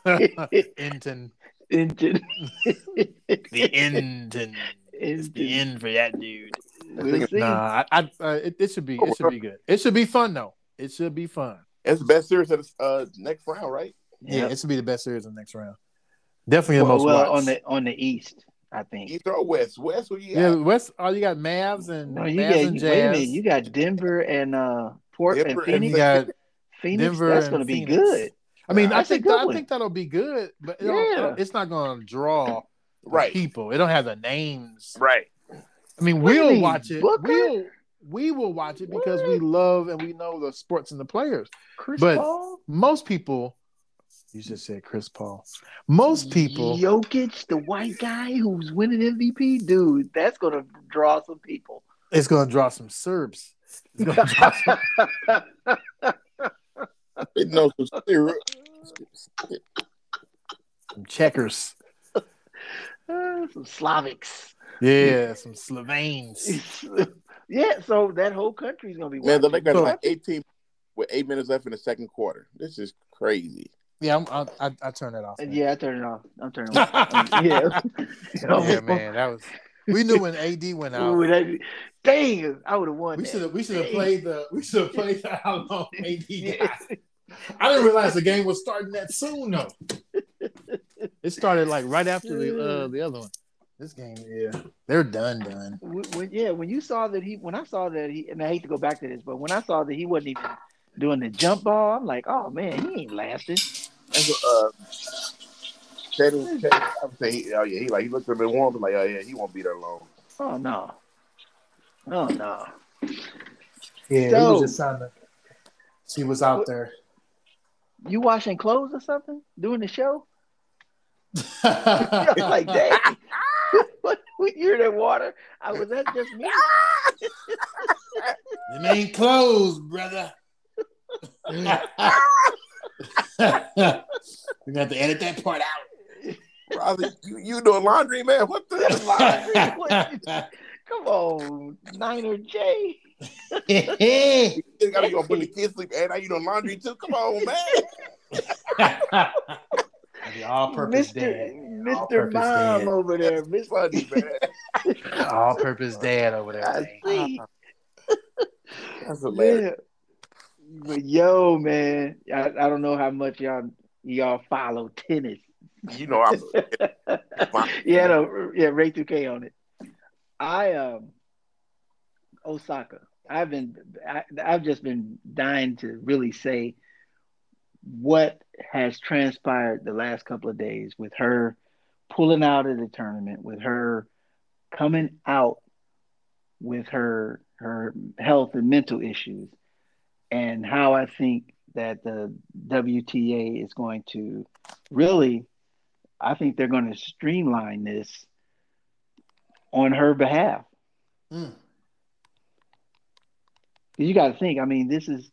<laughs>
middle.
Inton.
Engine.
<laughs> The Inton. It's the end for that dude.
We'll see.
Nah, I, I, uh, it, it should be it should be good. It should be fun though. It should be fun.
It's the best series of the uh, next round, right?
Yeah,
Yeah.
it should be the best series in the next round. Definitely the
well,
most
well,
watched.
on the on the East, I think.
East or West? West, what you
yeah.
got?
West. Oh, you got Mavs and
No,
Mavs
you got
and
wait a
Jazz.
minute. You got Denver and uh Port
Denver
and
and
and
Phoenix.
you got.
Phoenix.
Denver
that's
and
going to be
Phoenix.
good.
I mean, I
That's a
think
good
I
one.
think that'll be good, but it
Yeah.
don't, it's not going to draw the
Right.
people. It don't have the names.
Right.
I mean,
What do you
we'll
mean,
watch it.
Booker?
We'll we will watch it because we love and we know the sports and the players.
Chris
But-
Paul,
Most people, you just said Chris Paul. Most people
Jokic, the white guy who's winning MVP, dude. That's going to draw some people.
It's gonna draw some Serbs. <laughs> It's
<laughs>
gonna draw some-
It knows some serious.
some Checkers.
Uh, <laughs> some Slavics. <laughs>
Yeah, some Slovenes.
yeah, so that whole country's going to be
Man, the
watching.
Lakers
So-
like 18 with eight minutes left in the second quarter. This is crazy.
Yeah, I'm, I, I I turn that off. man. <laughs>
Yeah, I turn it off. I'm turning it off. Um,
yeah.
yeah. <laughs>
man, that was. We knew when AD went
Oh, Ooh,
out.
that- dang, I would have won.
We
that.
should have we should have played the we should have played the how <laughs> long AD
<laughs>
got. I didn't realize the game was starting that soon though. <laughs> It started like right after the uh, the other one. This game, yeah, they're done done.
When, when- yeah, when you saw that he, when I saw that he, and I hate to go back to this, but when I saw that he wasn't even doing the jump ball, I'm like, oh man, he ain't lasting.
That's what, uh, Teddy, Teddy, I would say, he- oh yeah, he like he looked at me warm, like oh yeah, he won't be there long.
Oh no, oh no.
Yeah,
he was So-
just trying to see what's out there.
<laughs> You washing clothes or something during the show? <laughs> I was like,
like
dang. <laughs> What when you're in that water? I was that just me?
Them ain't closed, brother. <laughs> you got to edit that part
Probably <laughs> you, you doing laundry, man. What the
<laughs> out.
Come on, Niner J.
you gotta go put the kids to sleep and now you doing laundry too? Come on, man.
all-purpose
Mr. Mr.
All-purpose
Mom
dad.
over there, Miss
Funny, man.
<laughs> All-purpose dad over
I see.
That's hilarious.
Yeah. But yo, man, I, I don't know how much y'all y'all follow tennis.
You know I'm
<laughs>
yeah, no, yeah, Ray 2K on it. I um Osaka. I've been I, I've just been dying to really say what has transpired the last couple of days with her pulling out of the tournament, with her coming out with her her health and mental issues, and how I think that the WTA is going to really, I think they're going to streamline this on her behalf. Mm. You got to think. I mean, this is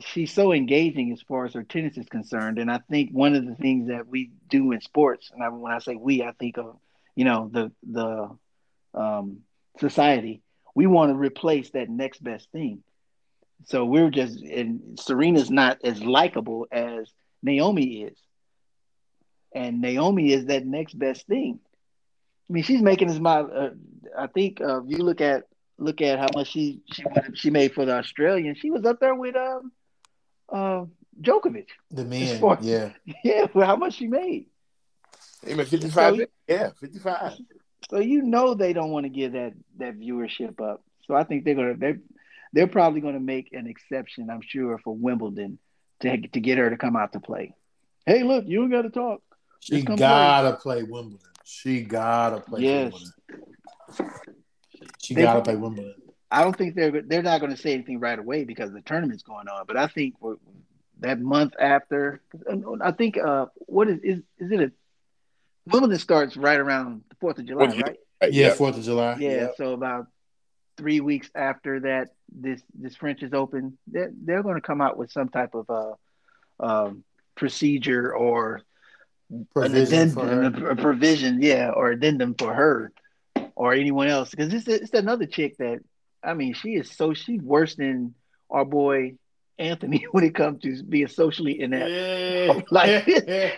she's so engaging as far as her tennis is concerned, and I think one of the things that we do in sports, and I, when I say we, I think of you know the the um, society. We want to replace that next best thing. So we're just and Serena's not as likable as Naomi is. And Naomi is that next best thing. I mean, she's making as my. Uh, I think uh, if you look at look at how much she she she made for the Australian, she was up there with um uh, Djokovic. <laughs>
The man, far, yeah,
yeah. Well, how much she made?
Hey, fifty five. So, yeah, fifty five.
So you know they don't want to give that that viewership up. So I think they're gonna they they're probably going to make an exception, I'm sure, for Wimbledon to to get her to come out to play. Hey, look, you don't got to talk.
She gotta play. play. Wimbledon. She gotta play
yes.
Wimbledon. She they, gotta play Wimbledon.
I don't think they're they're not going to say anything right away because the tournament's going on. But I think that month after, I think uh, what is is is it a Wimbledon starts right around the Fourth of July, right?
Uh,
Yeah, Fourth of July.
Yeah, yep. so about three weeks after that this this French is open, they're, they're going to come out with some type of uh, um, procedure or provision an addendum, a provision, yeah, or addendum for her or anyone else because it's it's another chick that I mean she is so she's worse than our boy Anthony <laughs> when it comes to being socially inept.
Yeah. like, yeah.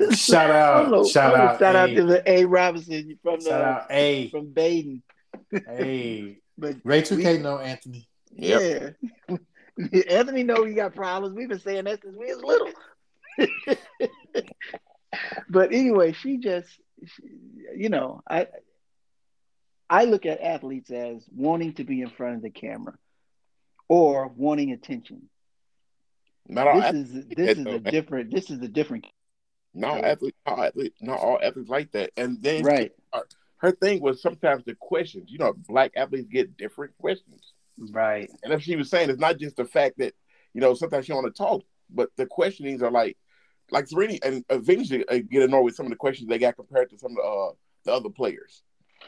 <laughs>
<laughs> shout out, hello, shout hello, out,
shout out to uh, the A Robinson from
shout the, out A
from Baden.
hey, but Rachel we, K know Anthony.
Yeah, <laughs> yep. Anthony know he got problems. We've been saying that since we was little. <laughs> but anyway, she just, she, you know, I I look at athletes as wanting to be in front of the camera or wanting attention.
Not all
this athletes, is this is though, a man. different this is a different.
Not all athletes, not all athletes, not all athletes like that. And then
right.
Her, her thing was sometimes the questions. You know, black athletes get different questions.
Right.
And if she was saying it's not just the fact that you know sometimes she don't want to talk, but the questionings are like, like Serena and eventually uh, get annoyed with some of the questions they got compared to some of the, uh, the other players.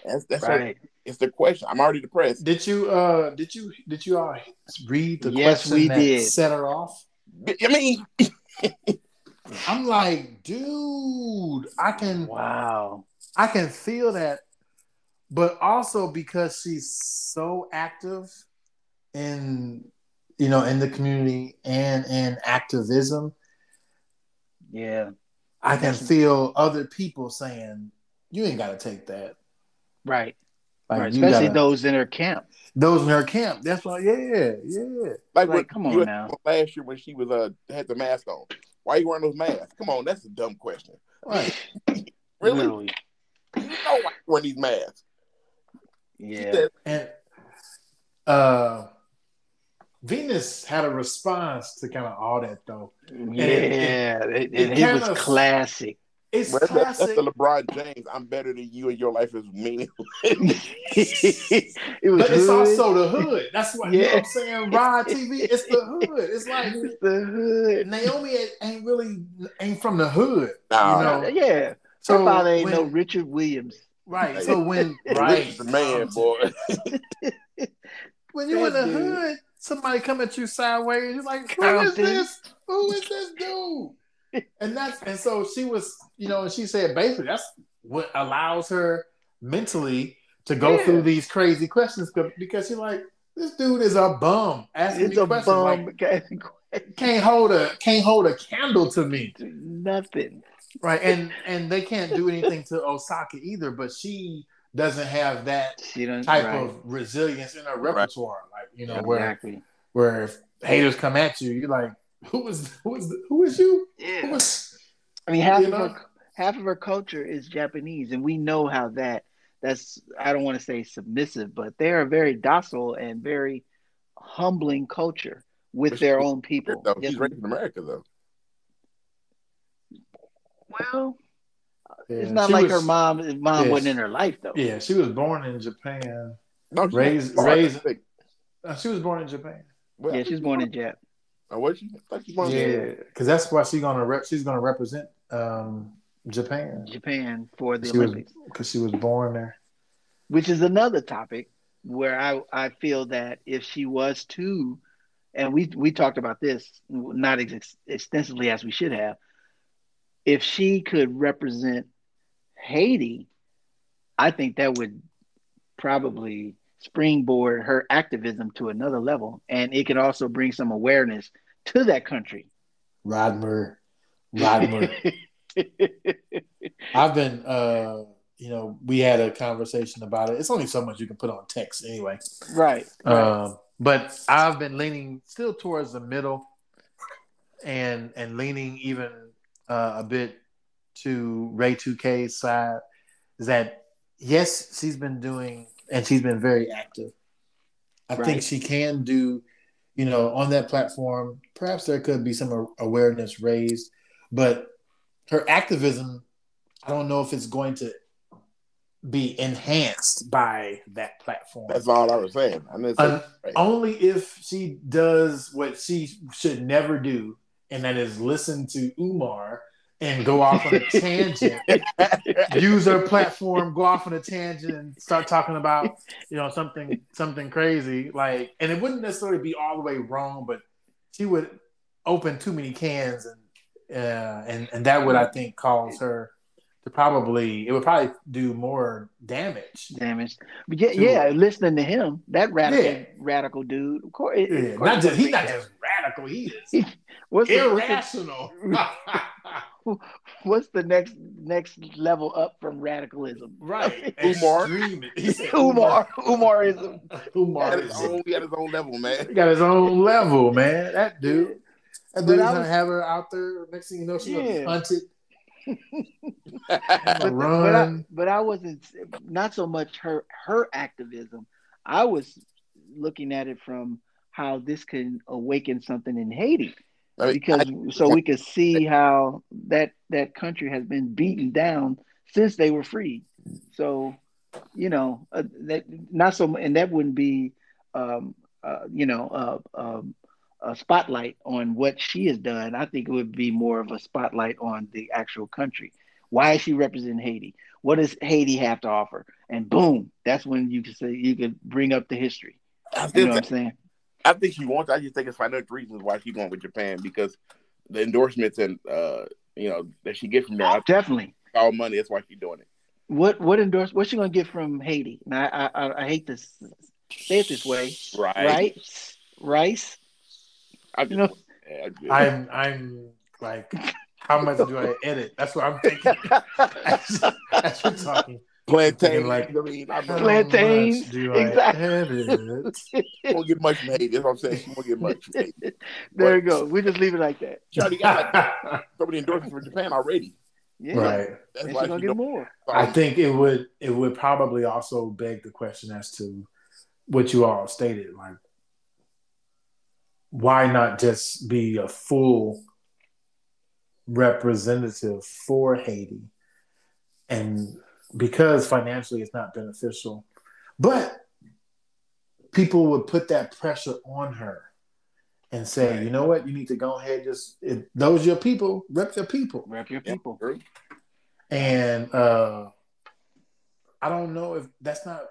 That's that's right. What, it's the question. I'm already depressed.
Did you uh did you did you all read the
yes,
question
we
that
did.
set her off?
I mean
I'm like, dude, I can
wow.
I can feel that, but also because she's so active in you know in the community and in activism.
Yeah.
I can feel other people saying, You ain't gotta take that.
Right. Like right. Especially gotta, those in her camp.
Those in her camp. That's why, yeah, yeah.
Like, like come on now. Last year when she was uh had the mask on, why are you wearing those masks? Come on, that's a dumb question.
Right.
really? Literally. You know why wearing these masks?
Yeah. Said,
and uh, Venus had a response to kind of all that though.
Yeah,
<laughs>
and it, it, it, it was of, classic.
It's
well, that's,
classic.
That's the LeBron James. I'm better than you, and your life is <laughs> meaningless.
it but it's hood. also the hood. That's what, yeah. you know what I'm saying. Rod TV. It's the hood. It's like
it's the hood.
Naomi ain't really ain't from the hood.
Nah. You know? Uh, Yeah. So Her father ain't when, no Richard Williams.
Right. So <laughs> when
right, the man, boy. <laughs>
when you in the dude. hood, somebody come at you sideways. You're like, who is this? Who is this dude? and that's and so she was, you know, and she said basically that's what allows her mentally to go yeah. through these crazy questions because she's like, this dude is a bum asking it's me questions bum. like can't hold a can't hold a candle to me.
Nothing.
Right. And and they can't do anything to Osaka either, but she doesn't have that type right. of resilience in her repertoire. Right. Like, you know, exactly. where where if haters come at you, you're like, who was who was who was you?
Yeah.
Who was,
I mean, half of know? her half of her culture is Japanese, and we know how that that's I don't want to say submissive, but they are very docile and very humbling culture with
But
their
she's-
own people.
though. She's
Yes,
raised in America though.
well, it's
Yeah,
not
she
like
was-
her mom. His mom
Yes.
wasn't in her life though.
Yeah, she was born in Japan.
No, she's
Raised-
born in
raised-
Japan.
Uh, She was born in Japan.
Well,
yeah she's born in Jap.
Oh, was she? I thought she born in Japan.
Yeah, because that's why she's gonna rep. She's gonna represent um, Japan
Japan for the
She was-
Olympics,
because she was born there.
which is another topic where I, I feel that if she was to, and we we talked about this not ex- extensively as we should have, if she could represent Haiti, I think that would probably springboard her activism to another level, and it could also bring some awareness to that country.
Rodmer,
<laughs>
Rodmer. I've been, uh, you know, we had a conversation about it. It's only so much you can put on text anyway.
right.
Um, but I've been leaning still towards the middle, and and leaning even uh, a bit to Ray 2K's side. Is that yes, she's been doing and she's been very active. I think
Right.
she can do, you know, on that platform. Perhaps there could be some a- awareness raised, but her activism, I don't know if it's going to be enhanced by that platform
That's all I was saying. I didn't say <laughs>
Un- Uh, only if she does what she should never do, and that is listen to Umar and go off on a tangent, use her platform, go off on a tangent, and start talking about you know something something crazy like, and it wouldn't necessarily be all the way wrong, but she would open too many cans, and uh, and and that would I think cause her to probably it would probably do more damage.
damage. But yeah,
Too.
yeah, listening to him, that radical
Yeah.
radical dude. Of course,
Yeah, not just he's not just radical, he is
what's the, what's the-
irrational.
what's the next next level up from radicalism? <laughs>
<laughs> right.
Umar.
Extreme. He said
Umar, Umarism.
Umar
at
is
his own, he had his own level, man. <laughs>
He got his own level, man. That dude. That
But
dude's
I
gonna
was-
have her out there. Next thing you know, she's gonna be
Yeah.
hunted.
But, the- but I,
run.
but I wasn't not so much her her activism. I was looking at it from how this can awaken something in Haiti.
I mean,
because
I-
so we could see how that that country has been beaten down since they were free. So, you know, uh, that not so, mu- and that wouldn't be, um, uh, you know, uh, um, a spotlight on what she has done. I think it would be more of a spotlight on the actual country. Why is she representing Haiti? What does Haiti have to offer? And boom, that's when you can say you could bring up the history.
I,
You know
think,
what I'm saying?
I think she wants. I just think it's financial reasons why she's going with Japan because the endorsements and uh, you know that she gets from there, I think
Definitely.
it's all money. That's why she's doing it.
What what endorse? What's she gonna get from Haiti? And I I, I, I hate to s- say it this way,
Right.
right? Rice,
<laughs>
I
you know.
yeah, I
I'm I'm like, how much do I edit? That's what
<laughs>
I'm thinking. That's, that's what I'm talking.
plantain.
like-
I mean, I'm
How
not
Plantains,
much do I
exactly.
edit?
gonna get much from Haiti. That's what I'm saying. She won't get much from Haiti.
<laughs> there you go. We just leave it like that.
She already got like, so many endorsements from Japan already.
Yeah.
<laughs> right.
That's
And
why
she's
she's
gonna
doing
get
it.
more.
I think it would it would probably also beg the question as to what you all stated, like why not just be a full representative for Haiti? And because financially it's not beneficial, but people would put that pressure on her and say, you know what, you need to go ahead, just if those your people, rep your people
Rep your
Yeah,
people.
true.
and uh i don't know if that's not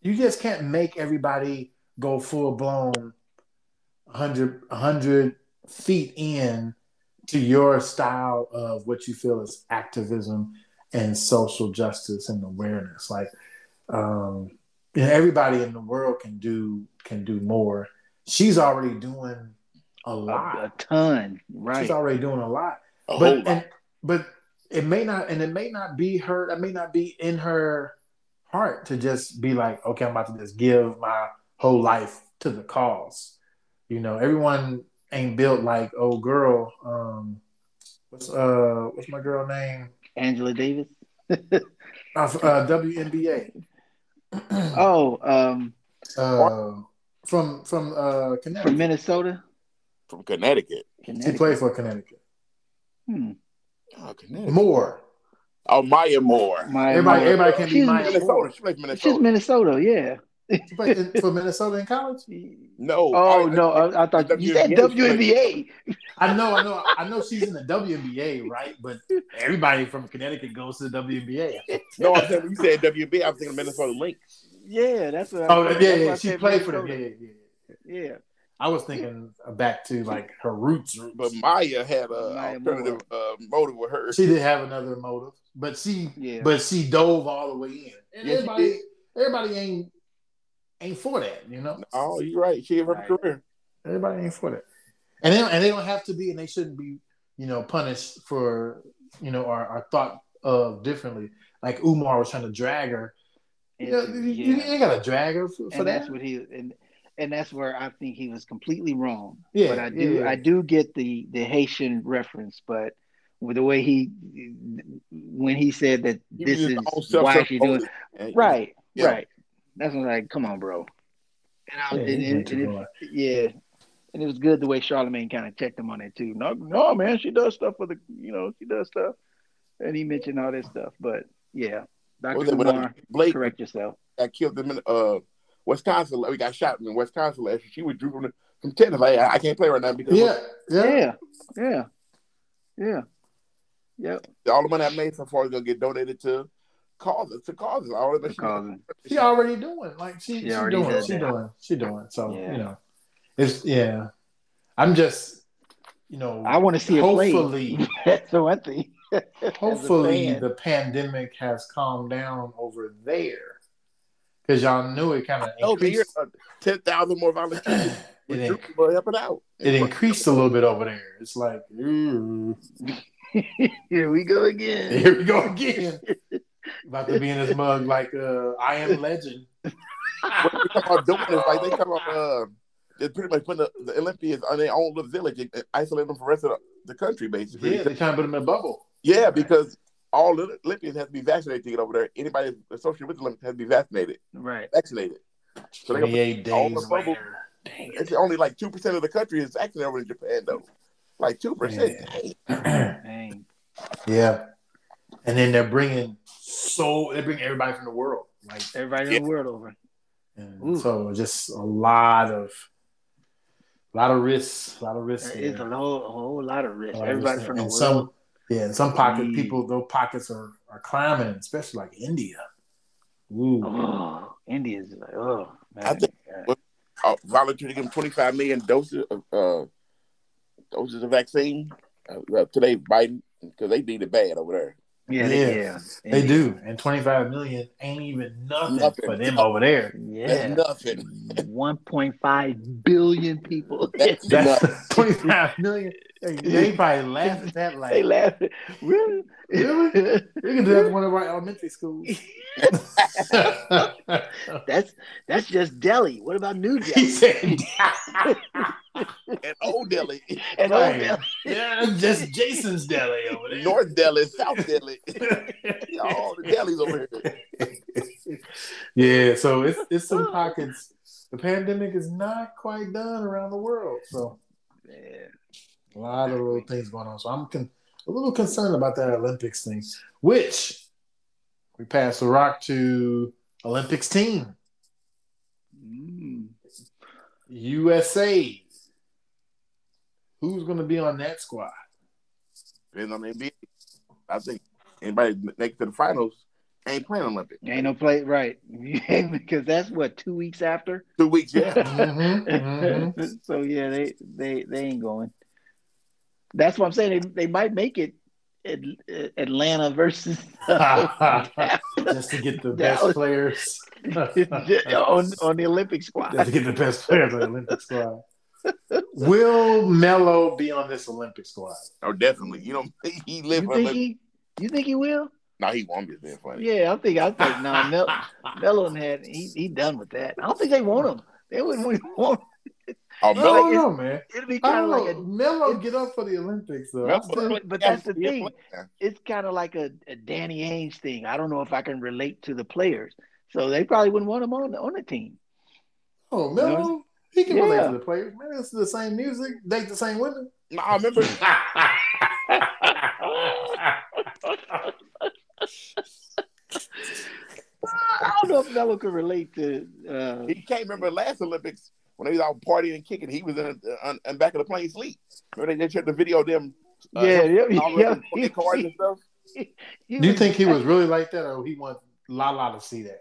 you just can't make everybody go full blown 100 100 feet in to your style of what you feel is activism and social justice and awareness like um you know, everybody in the world can do can do more she's already doing a
A,
lot
a ton,
she's
right?
already doing a lot
A whole
but
lot.
and, but it may not and it may not be her that may not be in her heart to just be like okay i'm about to just give my whole life to the cause you know everyone ain't built like old girl um what's uh what's my girl name
Angela Davis.
of uh, WNBA.
<clears throat>
Oh, um,
Uh, from from uh,
from
Connecticut.
Minnesota.
from Connecticut.
He played for Connecticut.
Hmm.
Oh, Connecticut.
Moore.
Oh, Maya Moore.
My,
Everybody,
my-
everybody can be
She's-
Maya Moore.
Minnesota. She plays
she's
Minnesota.
Minnesota. Yeah.
She played in- for Minnesota in college.
<laughs> No.
Oh
I-
no, I, I thought you said WNBA.
I know, I know, I know. She's in the WNBA, right? But everybody from Connecticut goes to the WNBA.
uh,
No, I'm saying you said WB. I'm thinking Minnesota Lynx.
Yeah, that's what. I
Oh, yeah, yeah.
that's why I
She
said
played for them. Yeah,
Minnesota.
yeah, yeah. yeah.
Yeah.
I was thinking back to like her roots. roots.
But Maya had a
Maya
alternative uh, motive with her.
she did have another motive, but she,
Yeah.
but she dove all the way in. And
Yes, she
everybody,
did.
everybody ain't ain't for that, you know.
Oh, you're right. She gave her
Right.
career.
Everybody ain't for that, and they don't, and they don't have to be, and they shouldn't be, you know, punished for you know our, our thought of differently. Like Umar was trying to drag her. You, know, you- you
Yeah.
ain't got to drag her for, for
and
that.
that's what he and and that's where I think he was completely wrong.
Yeah,
but I do
yeah, yeah.
I do get the the Haitian reference, but with the way he when he said that
He
this
was
is
just all self-
why she doing
And-
right,
Yeah.
right. That's when I'm like, come on, bro. And I was, and,
Yeah, you
and,
ain't
and
doing
it, yeah. And it was good the way Charlemagne kind of checked him on it too. No, no, man, she does stuff for the, you know, she does stuff. And he mentioned all that stuff, but yeah,
What
Dr.
was it when, uh,
Kumar,
Blake
correct yourself.
got killed in Min- uh, Wisconsin. We got shot in Wisconsin last year. She was drew from, the- from Texas. Like, I, I can't play right now because
yeah, yeah.
Yeah, yeah, yeah, yep.
all the money I made so far is gonna get donated to causes. To causes. All the
Because
she already doing like she,
She
she,
already
doing
does
she
that.
doing she doing so
Yeah.
you know it's yeah i'm just you know
I want to see her play. <laughs>
hopefully
That's the one thing.
hopefully
fan.
the pandemic has calmed down over there because y'all knew it kind of
over here,
increased
uh, ten thousand
<laughs>
more volunteers. <laughs>
<clears throat>
it,
We're
in-
helping out.
it increased a little bit over there it's like ooh,
<laughs> Here we go <laughs> again.
here we go again about to be in this mug like uh i am legend
<laughs>
what they come out doing is like they come out. Uh, they're pretty much putting the, the Olympians on their own little village and, and isolating them from the rest of the, the country, basically.
yeah they're trying to put them in a bubble
Yeah, because all the Olympians have to be vaccinated to get over there. Anybody associated with the Olympians has to be vaccinated.
Right.
Vaccinated. So they gonna
28
all
days
the bubble-
later. Dang it.
It's only like two percent of the country is vaccinated over in Japan, though. Like two percent.
Dang.
<clears throat> yeah. And then they're bringing so they bring everybody from the world, like,
Everybody in the world over.
and
Ooh.
so just a lot of, a lot of risks, a lot of risks.
There is a
there.
whole, a whole lot of risk.
Oh, A lot of
Everybody
risks
from the
there.
world.
and some, yeah, in some pockets,
Mm.
people those pockets are are climbing, especially like India. Ooh,
oh, Indians like, oh man.
I think- Uh, volunteer to give them twenty-five million doses of uh, doses of vaccine uh, uh, today, Biden, because they need it bad over there.
yeah,
Yeah.
they, yeah.
they do, and twenty five million ain't even nothing,
Nothing.
for them over
<laughs>
there.
Yeah.
That's nothing.
1.5 billion people.
That's
That's <laughs>
nothing.
twenty five million. They, they probably laugh at that
<laughs>
like
they laugh. Really?
Really? We can do that for one of our elementary schools.
<laughs>
<laughs>
that's that's just Delhi. What about
<laughs>
New
he
Delhi?
said,
And Old Delhi, <laughs>
and
right.
Old Delhi.
"Yeah, that's just Jason's deli over there."
North Delhi, South Delhi, <laughs> all the delis over here.
<laughs> yeah, so it's it's some pockets. The pandemic is not quite done around the world, so
Yeah.
a lot of little things going on. So I'm con- a little concerned about that Olympics thing, which we pass the rock to Olympics team
Mm.
USA. Who's going to be on that squad?
Depends on the NBA. I think anybody next to the finals ain't playing Olympics.
Ain't no play right <laughs> because that's what two weeks after.
Two
<laughs>
weeks, yeah.
Mhm, mhm.
<laughs> so yeah, they they they ain't going. That's what I'm saying. They, they might make it at, Atlanta versus <laughs>
mm-hmm. <laughs> just to get the
That
best
was-
players.
on on the Olympic
<laughs> Just to
squad.
get the best players on the Olympic squad. Will Mello be on this Olympic squad?
Oh, definitely. You know, <laughs> he
<laughs>
live
You
for
think
Olympics.
he? You think he will?
No, he won't be being funny.
Yeah, I think I think no. Mel, Melon had he he done with that. I don't think they <laughs> want him. They wouldn't really want.
Oh,
I don't
Like,
know, man.
It'll be
I
kind of
don't know.
like a
Melo get up for the Olympics though.
Melo-
But, but that's the thing.
Yeah.
It's kind of like a, a Danny Ainge thing. I don't know if I can relate to the players, so they probably wouldn't want him on on the team.
Oh, Melo, he can
Yeah.
relate to the players. Man, it's the same music, date the same women.
Nah, I remember.
I don't know if Melo can relate to. Uh,
He can't remember last Olympics when they was out partying and kicking. He was in uh, on, on back of the plane sleep. Remember they just showed the video of them. Uh,
yeah, <laughs> yeah,
all
yeah.
around the cars and stuff.
He
<laughs> Do you
was-
think he was really like that, or he want Lala to see <laughs> that?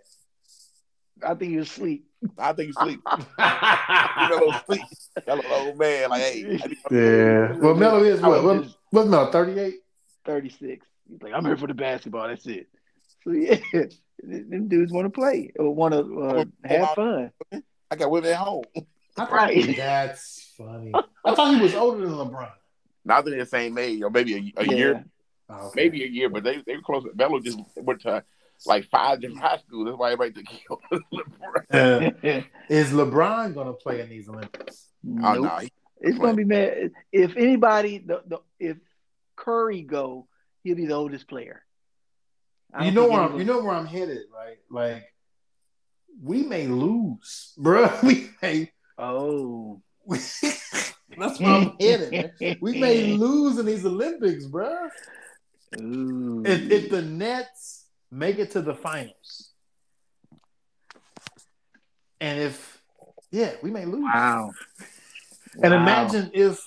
I think he was asleep.
I think you sleep. You know, sleep. That little old man, like, hey, I need-
yeah. Well, Melo is what?
I was
What,
just
what's Melo? Thirty-eight.
36. He's like, I'm here for the basketball. That's it. So yeah, <laughs> them dudes want to play or want to uh, have fun. <laughs>
I got women at home.
I thought-
Right.
That's funny. I thought he was older than LeBron.
Not that they're the same age, or maybe a, a
Yeah.
year,
Oh, okay.
maybe a year, but they they were close. Melo just went to like five different high schools. That's why everybody took him.
Uh, is LeBron gonna play in these Olympics?
Oh,
Nope.
no, he-
It's gonna be mad if anybody the, the if Curry go, he'll be the oldest player. I
You
don't
know
think
where I'm,
anyone-
you know where I'm headed, right? Like, we may lose, <laughs> bruh. We may.
Oh,
We, <laughs> that's where I'm headed. man.
<laughs>
We may lose in these Olympics, bruh.
Ooh.
If, if the Nets make it to the finals, and if yeah, we may lose.
wow.
And
Wow.
imagine if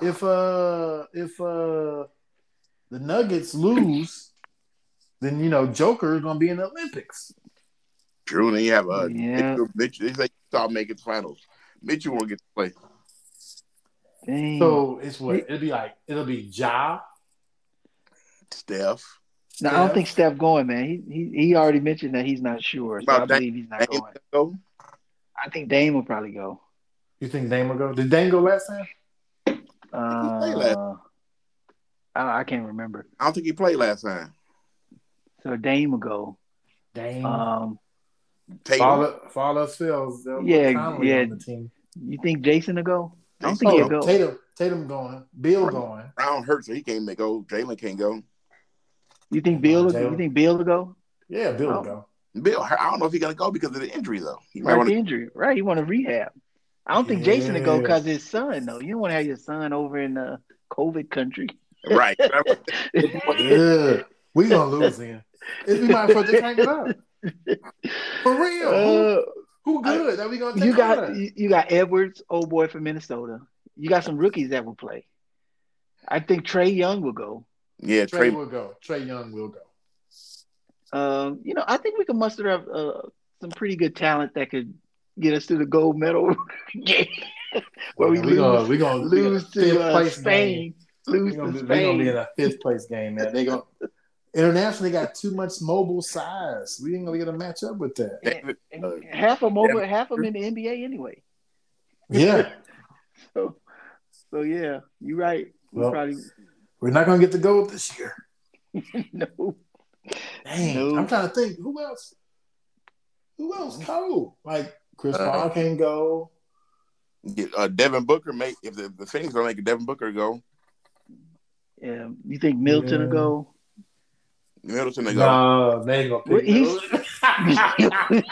if uh if uh the Nuggets lose, then you know Joker is gonna be in the Olympics.
True, and then you have uh,
Yeah.
Mitchell, Mitchell. They say stop making the finals. Mitchell won't get to play.
Dang.
So it's what it'll be like. It'll be Ja.
Steph.
no, I don't think Steph going, man. He, he he already mentioned that he's not sure. So I
About Dame-
believe he's not
Dame
going.
go.
I think Dame will probably go.
You think Dame will go? Did Dame go last time?
play last?
Uh, I, I can't remember.
I don't think he played last time.
So Dame will go.
Dame.
Um,
Tatum.
Follow, follow us, Phil's. they'll put
Yeah,
Conley
yeah.
on the team.
you think Jason will go? I don't think
Oh,
he'll go.
Tatum, Tatum going. Bill going.
Brown hurt, so he can't make go. Jalen can't go.
You think Bill? Will,
Tatum.
you think Bill will go?
Yeah, Bill
Oh.
will go.
Bill, I don't know if he's gonna go because of the injury though. He might
Right,
want
the
to.
injury. Right, you want to rehab. I don't think Jason would go because his son though. You don't want to have your son over in the COVID
<laughs>
country. <laughs> Uh,
Right.
Yeah, we gonna lose then. It'd be my first just hang
<laughs>
it up. For real, who,
Uh,
who good that we gonna take
you
over?
got you, you got Edwards, old boy from Minnesota. You got some rookies that will play. I think Trey Young will go.
yeah,
Trey
Trey.
will go. Trey Young will go.
Um, you know, I think we can muster up uh, some pretty good talent that could get us to the gold medal <laughs> game. Where we
we gonna
lose-
we gonna
lose
be in a
to
fifth
uh,
place
Spain.
Game.
Lose
We gonna,
to
be, we gonna be in
Spain.
a fifth place game, man. They gonna internationally got too much mobile size. We ain't gonna be able to match up with that.
David, uh,
Half of them over, half of them in the NBA anyway.
Yeah,
So, so yeah, you're right. We
Well-
probably
<laughs>
<laughs>
we're not gonna get the gold this year.
no.
Dang,
No.
I'm trying to think who else. Who else? Go like Chris
Uh,
Paul can go.
yeah, uh, Devin Booker make if the, the Phoenix don't make a Devin Booker go.
Yeah, you think Milton
Yeah.
will
Middleton they go.
No, they ain't gonna
Well,
pick
he's- go?
Melo.
Eh,
<laughs>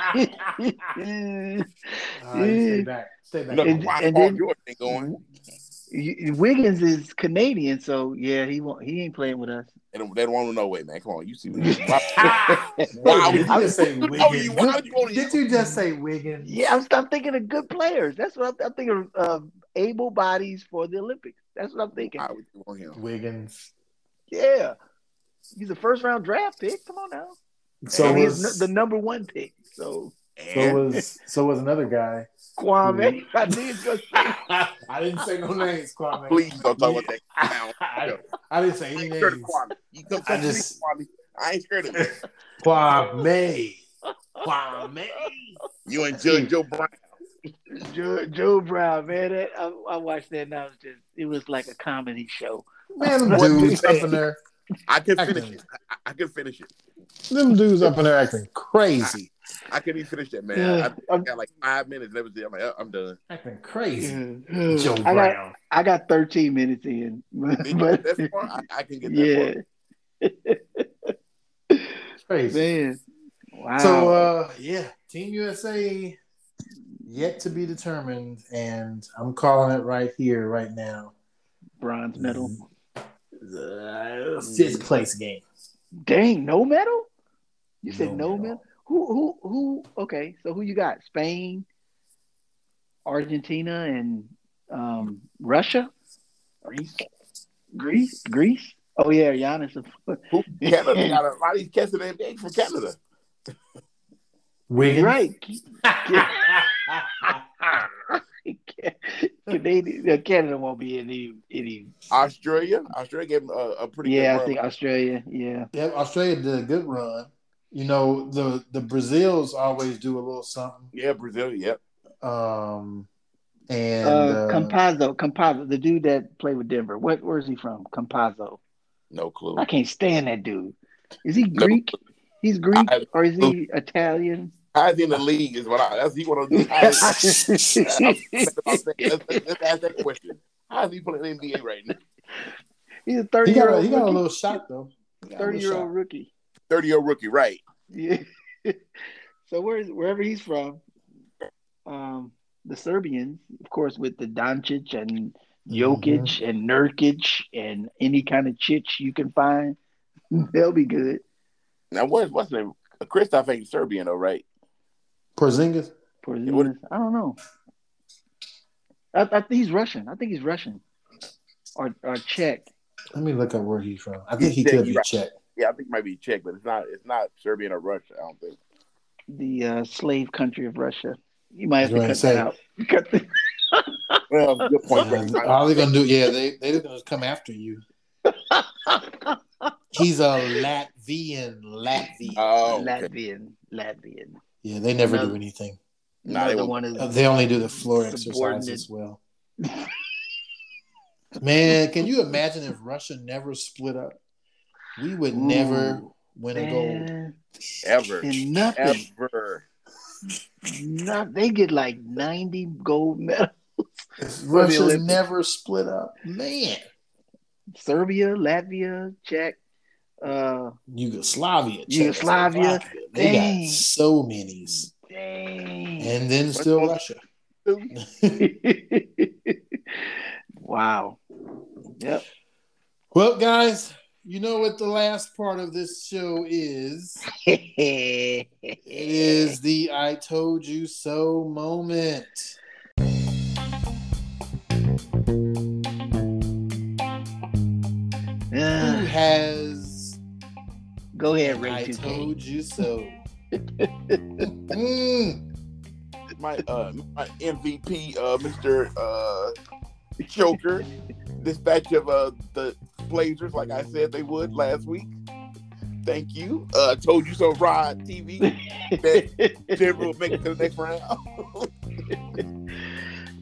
All right, stay back. Stay back.
You know
And-
<laughs>
why
and
Paul
then-
George ain't going.
<laughs> you- Wiggins is Canadian, so yeah, he won't. He ain't playing with us.
They don't, they don't want him no way, man. Come on, you
<laughs>
see. Why,
Ah!
why
Did
would
you
you,
just say
why would you,
Wiggins?
why would you want
Did you just say Wiggins?
Yeah, I'm, I'm thinking of good players. That's what I'm, I'm thinking of uh, able bodies for the Olympics. That's what I'm thinking.
Why would you want him?
Wiggins.
Yeah, he's a first round draft pick. Come on now,
So
and
was,
he's n- the number one pick. So
so
And
was so was another guy.
Kwame,
Mm-hmm.
I knew he's gonna say
<laughs> I didn't say no names, Kwame.
please don't talk about that. clown.
<laughs> I, I didn't say
I
any
ain't scared of
names.
Kwame. You come
I
talk to me,
just-
Kwame. I ain't scared of him.
Kwame. Kwame.
<laughs> You and Judge Joe Brown.
Joe, Joe Brown, man. That, I, I watched that and I was just, it was like a comedy show.
Man,
What
them
you
dudes up
say?
in there.
I can
I
finish
can-
it. I, I can finish it.
Them dudes up in there acting crazy.
I couldn't even finish that, man. I- I, got like five minutes. That was it. I'm like, oh, I'm done.
Acting crazy. Joe
Mm. I got
Brown.
I got 13 minutes in, <laughs> but
That's far. I, I can get that
yeah,
Crazy.
man, wow.
So uh yeah, Team USA yet to be determined, and I'm calling it right here, right now.
bronze medal.
The
Mm.
fifth place game.
Dang, no medal? You said no,
No medal.
medal? Who who who okay, so who you got? Spain, Argentina, and um, Russia? Greece. Greece? Greece? Oh yeah, Giannis.
Who-
<laughs>
Canada got a lot of these cats in the NBA from Canada.
Wiggins.
right. <laughs>
<laughs>
Canadian, uh, Canada won't be in any any
Australia, Australia gave them a, a pretty
Yeah,
good
I
run.
think Australia, yeah.
Yep, Australia did a good run. You know, the the Brazils always do a little something.
yeah, Brazil. Yep.
Um and
uh,
uh,
Compazzo, Compazzo, the dude that played with Denver. What where's he from? Compazzo.
No clue.
I can't stand that dude. Is he
No.
Greek? He's Greek
I-
or is he
<laughs>
Italian?
Highest in the league is what I. That's he one of
<laughs>
the highest.
he's
let's, let's ask that question. How is he playing in the NBA right now?
a
<laughs> he
thirty year
got a, he
old
got a
rookie.
little shot though. He got a
Thirty
little
year
shot.
old rookie.
Thirty year old rookie, right?
Yeah. <laughs> so where wherever he's from, um, the Serbians, of course, with the Doncic and Jokic
Mm-hmm.
and Nurkic and any kind of chich you can find, <laughs> they'll be good.
Now where's what's his name? Christoph ain't Serbian though, right?
Porzingis.
Porzingis.
Yeah, what-
I don't know. I, I think he's Russian. I think he's Russian or or Czech.
Let me look up where he's from. I think he
Yeah,
could
you're
be
right.
Czech.
Yeah, I think it might be Czech, but it's not. It's not Serbian or Russia. I don't think.
the uh, slave country of Russia. You might have
That's
to cut
what
that
I'm
out. <laughs> Cut the-
Well, good point.
Yeah, Uh, all they're gonna do, yeah, they they're gonna come after you. He's a Latvian, Latvian.
<laughs>
Oh, okay.
Latvian, Latvian.
Yeah, they never do
No.
anything.
Nah, they
Another
won't.
one is
Uh, They only do the floor exercise
Subordinate.
as well. Man, can you imagine if Russia never split up? We would never
Ooh,
win a gold.
man,
ever,
and nothing.
ever.
Not, they get like ninety gold medals.
If
the
Russia
Olympics.
never split up, man,
<laughs> Serbia, Latvia, Czech. Uh,
Yugoslavia,
Yugoslavia.
Czechoslovakia, they
Dang.
got so many's,
dang.
and then
What's
still
wrong?
Russia.
<laughs> wow. Yep.
Well, guys, you know what the last part of this show is.
it
It is the I told you so moment. Who has
Ah, go ahead,
I
Ray. 2K.
told
<laughs>
you so? Mm,
my uh my MVP uh Mr. uh Joker dispatch of uh the Blazers like I said they would last week. Thank you. Uh told you so Rod TV
<laughs>
that Denver will make it to the next round.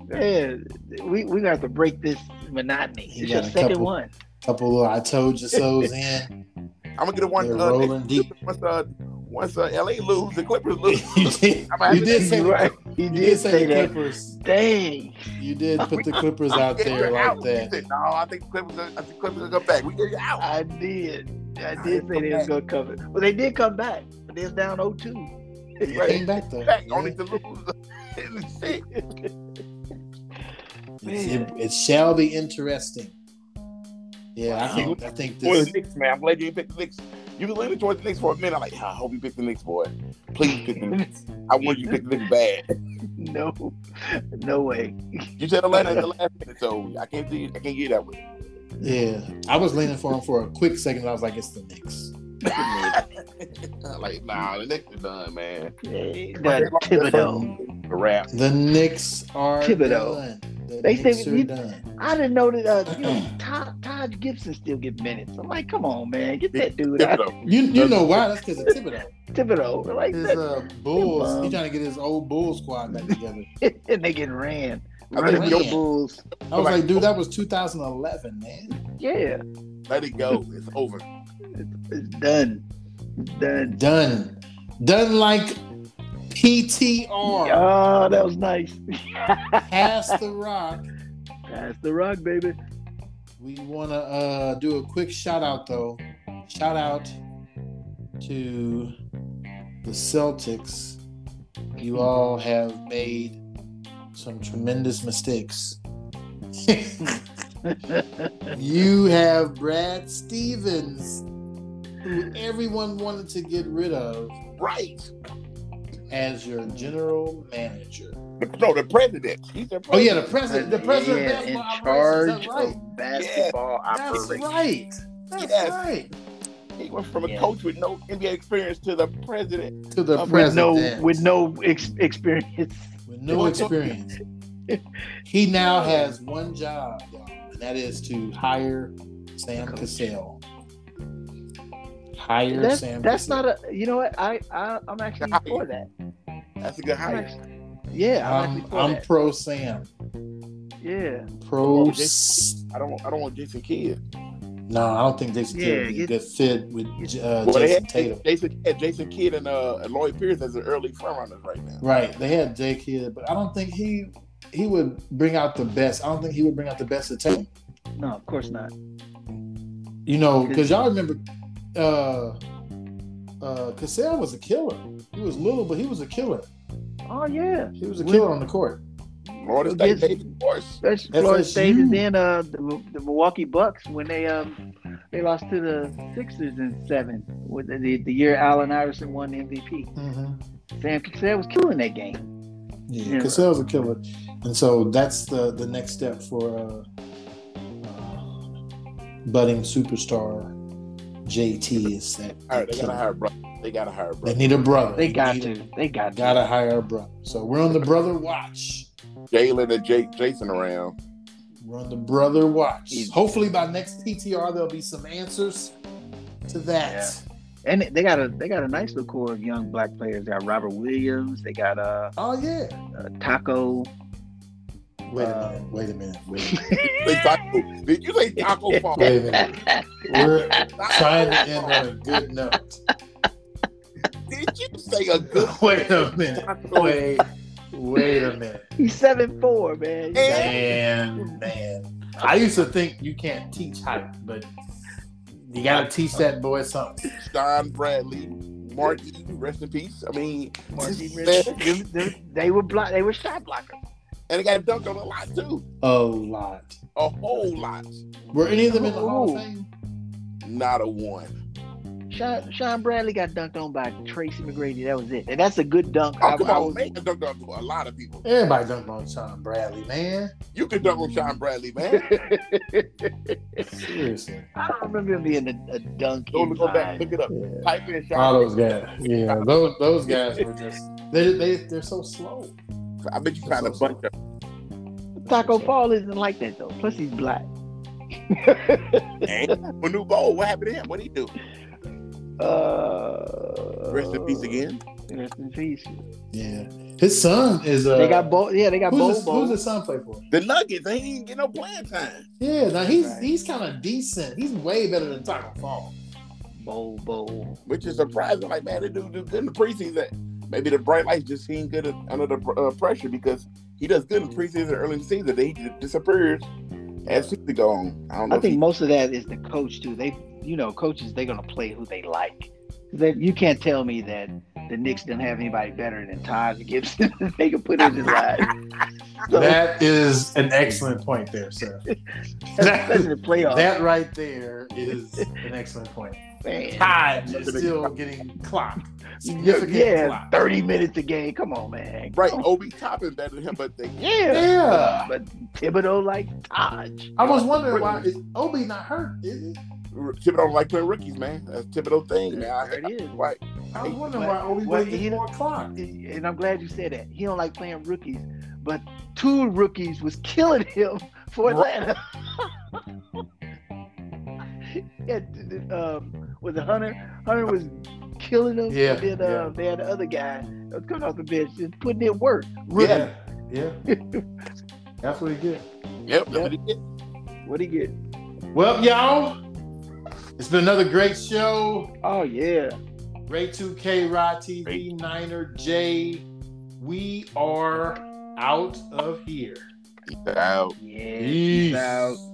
Man, we we got to break this monotony.
He
It's
got
your
a
second
couple-
one.
couple of I told you
<laughs>
so's in.
I'm gonna get a one
They're
uh, next-
rolling deep.
once uh once uh LA lose, the Clippers lose.
You did, you did say
<laughs> You
the,
right. He
you
did,
did
say
say the
that.
Clippers.
Dang.
You did
<laughs>
put the Clippers out there like
He
that.
said, no, I think Clippers are, I think Clippers are gonna come back. We get
<laughs>
out.
I did. I did say they was gonna cover. Well, they did come back. But they was down 0-2.
They came back though.
Back
Yeah.
only to lose <laughs> in the six.
It, it shall be interesting. Yeah, I think I think
for the
this.
Knicks, man. I'm glad you didn't pick the Knicks. You were leaning towards the Knicks for a minute. I'm like, "Ah, I hope you pick the Knicks, boy. Please pick the Knicks. I want you to pick the Knicks bad.
<laughs> No, no way.
You said Atlanta at the last minute, so I can't do. I can't get that way.
Yeah, I was leaning for him for a quick second. I was like, it's the Knicks. <laughs>
like, nah, the Knicks are done, man.
But Thibodeau.
A wrap.
The Knicks are
Thibodeau.
done. The
They
Knicks
say
are
we-
done.
I didn't know that. Uh, you know, Todd, Todd Gibson still get minutes. I'm like, come on, man, get that dude out.
Thibodeau.
You you know why? That's because of Thibodeau.
Thibodeau, like
His
that,
uh, Bulls.
Um,
He's trying to get his old Bull squad back together.
<laughs> and they getting ran.
I
Running
think
your
Ran.
bulls.
I was like, dude, that was 2011, man.
Yeah,
Let it go. It's over.
it's done. It's done.
Done, done like PTR
Oh, that was nice.
Pass the Rock.
That's the rock, baby.
We want to uh, do a quick shout out though. Shout out to the Celtics. You all have made some tremendous
<laughs>
mistakes. you have Brad Stevens, who everyone wanted to get rid of,
Right.
as your general manager.
The, no, the president. He's the president.
Oh yeah, the president, the president
Yeah,
of
in
basketball operations,
charge
is that right?
of basketball
That's
operations.
right. That's
Yes.
right.
He went from
Yeah.
a coach with no NBA experience to the president.
To the
With
Uh, With no,
president.
with no ex- experience.
with no experience. he now has one job, y'all, and that is to hire Sam Cassell. Hire
That's,
Sam.
that's
Cassell.
not a. You know what? I, I I'm actually for that.
That's a good
I'm
hire.
actually, yeah, I'm,
I'm,
actually for
Um, I'm
that.
pro Sam.
yeah,
Pro.
Oh,
S-
I don't. I don't want Jason Kidd.
No, I don't think Jason Kidd
Yeah,
would be a
get-
good fit with uh,
Well, they
Jason
had
Tatum.
Jason, had Jason Kidd and uh, and Lloyd Pierce as the early frontrunners right now.
Right, they had Jay Kidd, but I don't think he he would bring out the best. I don't think he would bring out the best of Tatum.
no, of course not.
You know, because y'all remember, uh, uh, Cassell was a killer. He was little, but he was a killer.
Oh yeah,
He was a
We-
killer on the court.
Florida
Who
State
gets-
Davis Morris.
that's Florida State, and
FSU.
then uh, the, the Milwaukee Bucks when they um they lost to the Sixers in seven with the, the, the year Allen Iverson won MVP.
Mm-hmm.
Sam Cassell was killing that game.
Yeah,
Yeah.
Cassell's a killer, and so that's the the next step for uh, uh, budding superstar JT is that
All right, they gotta hire a brother. They gotta hire a
They
brother.
need a brother.
They got
need a-
to. They got to.
Gotta hire a brother. So we're on the brother watch.
Jalen and Jake Jason around.
We're on the brother watch.
Easy.
Hopefully by next PTR there'll be some answers to that.
And they got a they got a nice little core of young black players. They got Robert Williams. They got uh,
Oh yeah.
uh Taco.
Wait a
Uh,
minute. Wait a minute.
<laughs>
Wait a minute.
Say Taco. Did you say Taco Fall?
Wait a minute. We're trying to end on a good note. <laughs>
Did you say a good
Wait a minute. Wait. Wait a minute.
He's seven four, man. You got-
Man, man. I used to think you can't teach hype, but you gotta teach that boy something.
Sean Bradley, Martin, rest in peace. I mean,
Martin
this-
Ritter. Them- them- they were block. They were shot blockers.
and they got dunked on a lot too,
A lot.
a whole lot.
Were any of them in the Hall of
Ooh.
Fame?
Not a one.
Sean, Sean Bradley got dunked on by Tracy McGrady. That was it. And that's a good dunk.
Oh, come
I- I
on,
was-
man, dunked on a lot of <laughs> people.
Everybody dunked on Sean Bradley, man.
You could dunk on Sean Bradley, <laughs> man.
Seriously.
<laughs> I don't remember him being a, a dunk.
Go,
in
go back,
mine.
look it up.
Yeah.
Type in Sean.
All those guys. Yeah, those those guys were just they they they're so slow.
I bet you found a bunch of.
Taco Fall isn't like that though. Plus he's
<laughs>
black.
Manu Bowl, what happened to him? What did he do?
Uh,
Rest in peace again.
Rest in peace.
Yeah, his son is. Uh,
they got both. Yeah, they got
who's,
both.
his, who's his son play for?
The Nuggets, they didn't get no playing time.
Yeah, now he's
Right.
he's kind of decent. He's way better than Taco Fall.
Bowl, bowl.
which is surprising. Like, man, they do do good in the preseason. Maybe the bright lights just seem good under the uh, pressure because he does good in the preseason, early in the season. They just disappears as season go on. I don't know.
I
if
think
he-
most of that is the coach too. They, you know, coaches they're gonna play who they like. They, you can't tell me that the Knicks didn't have anybody better than Taj Gibson. <laughs> they can put in his <laughs> line. So,
That is an excellent point there, sir.
especially the playoffs.
That right there is an excellent point.
man.
Taj is still getting clocked. Significant
yeah,
clock.
thirty minutes a game. Come on, man.
right, Obi Toppin better than him, but they
Yeah.
Yeah.
But Thibodeau likes Taj.
I was wondering why is Obi not hurt, is he?
Thibodeau like playing rookies, man. That's Thibodeau thing, man. I,
There it is.
Why-
I was wondering why
What-
Obi
what
didn't
he-
get more clock.
and I'm glad you said that. He don't like playing rookies, but two rookies was killing him for Atlanta. <laughs> yeah, th- th- um, was it Hunter? Hunter was killing him.
Yeah,
And then uh,
yeah.
they had the other guy that was coming off the bench, just putting in work.
Yeah, yeah.
<laughs>
That's what he did.
Yep, that's what he did.
What he get?
Well, y'all, it's been another great show.
Oh yeah,
Ray 2K, Rod TV, Niner J,
we are out of here.
Out.
Yeah. Peace. Out.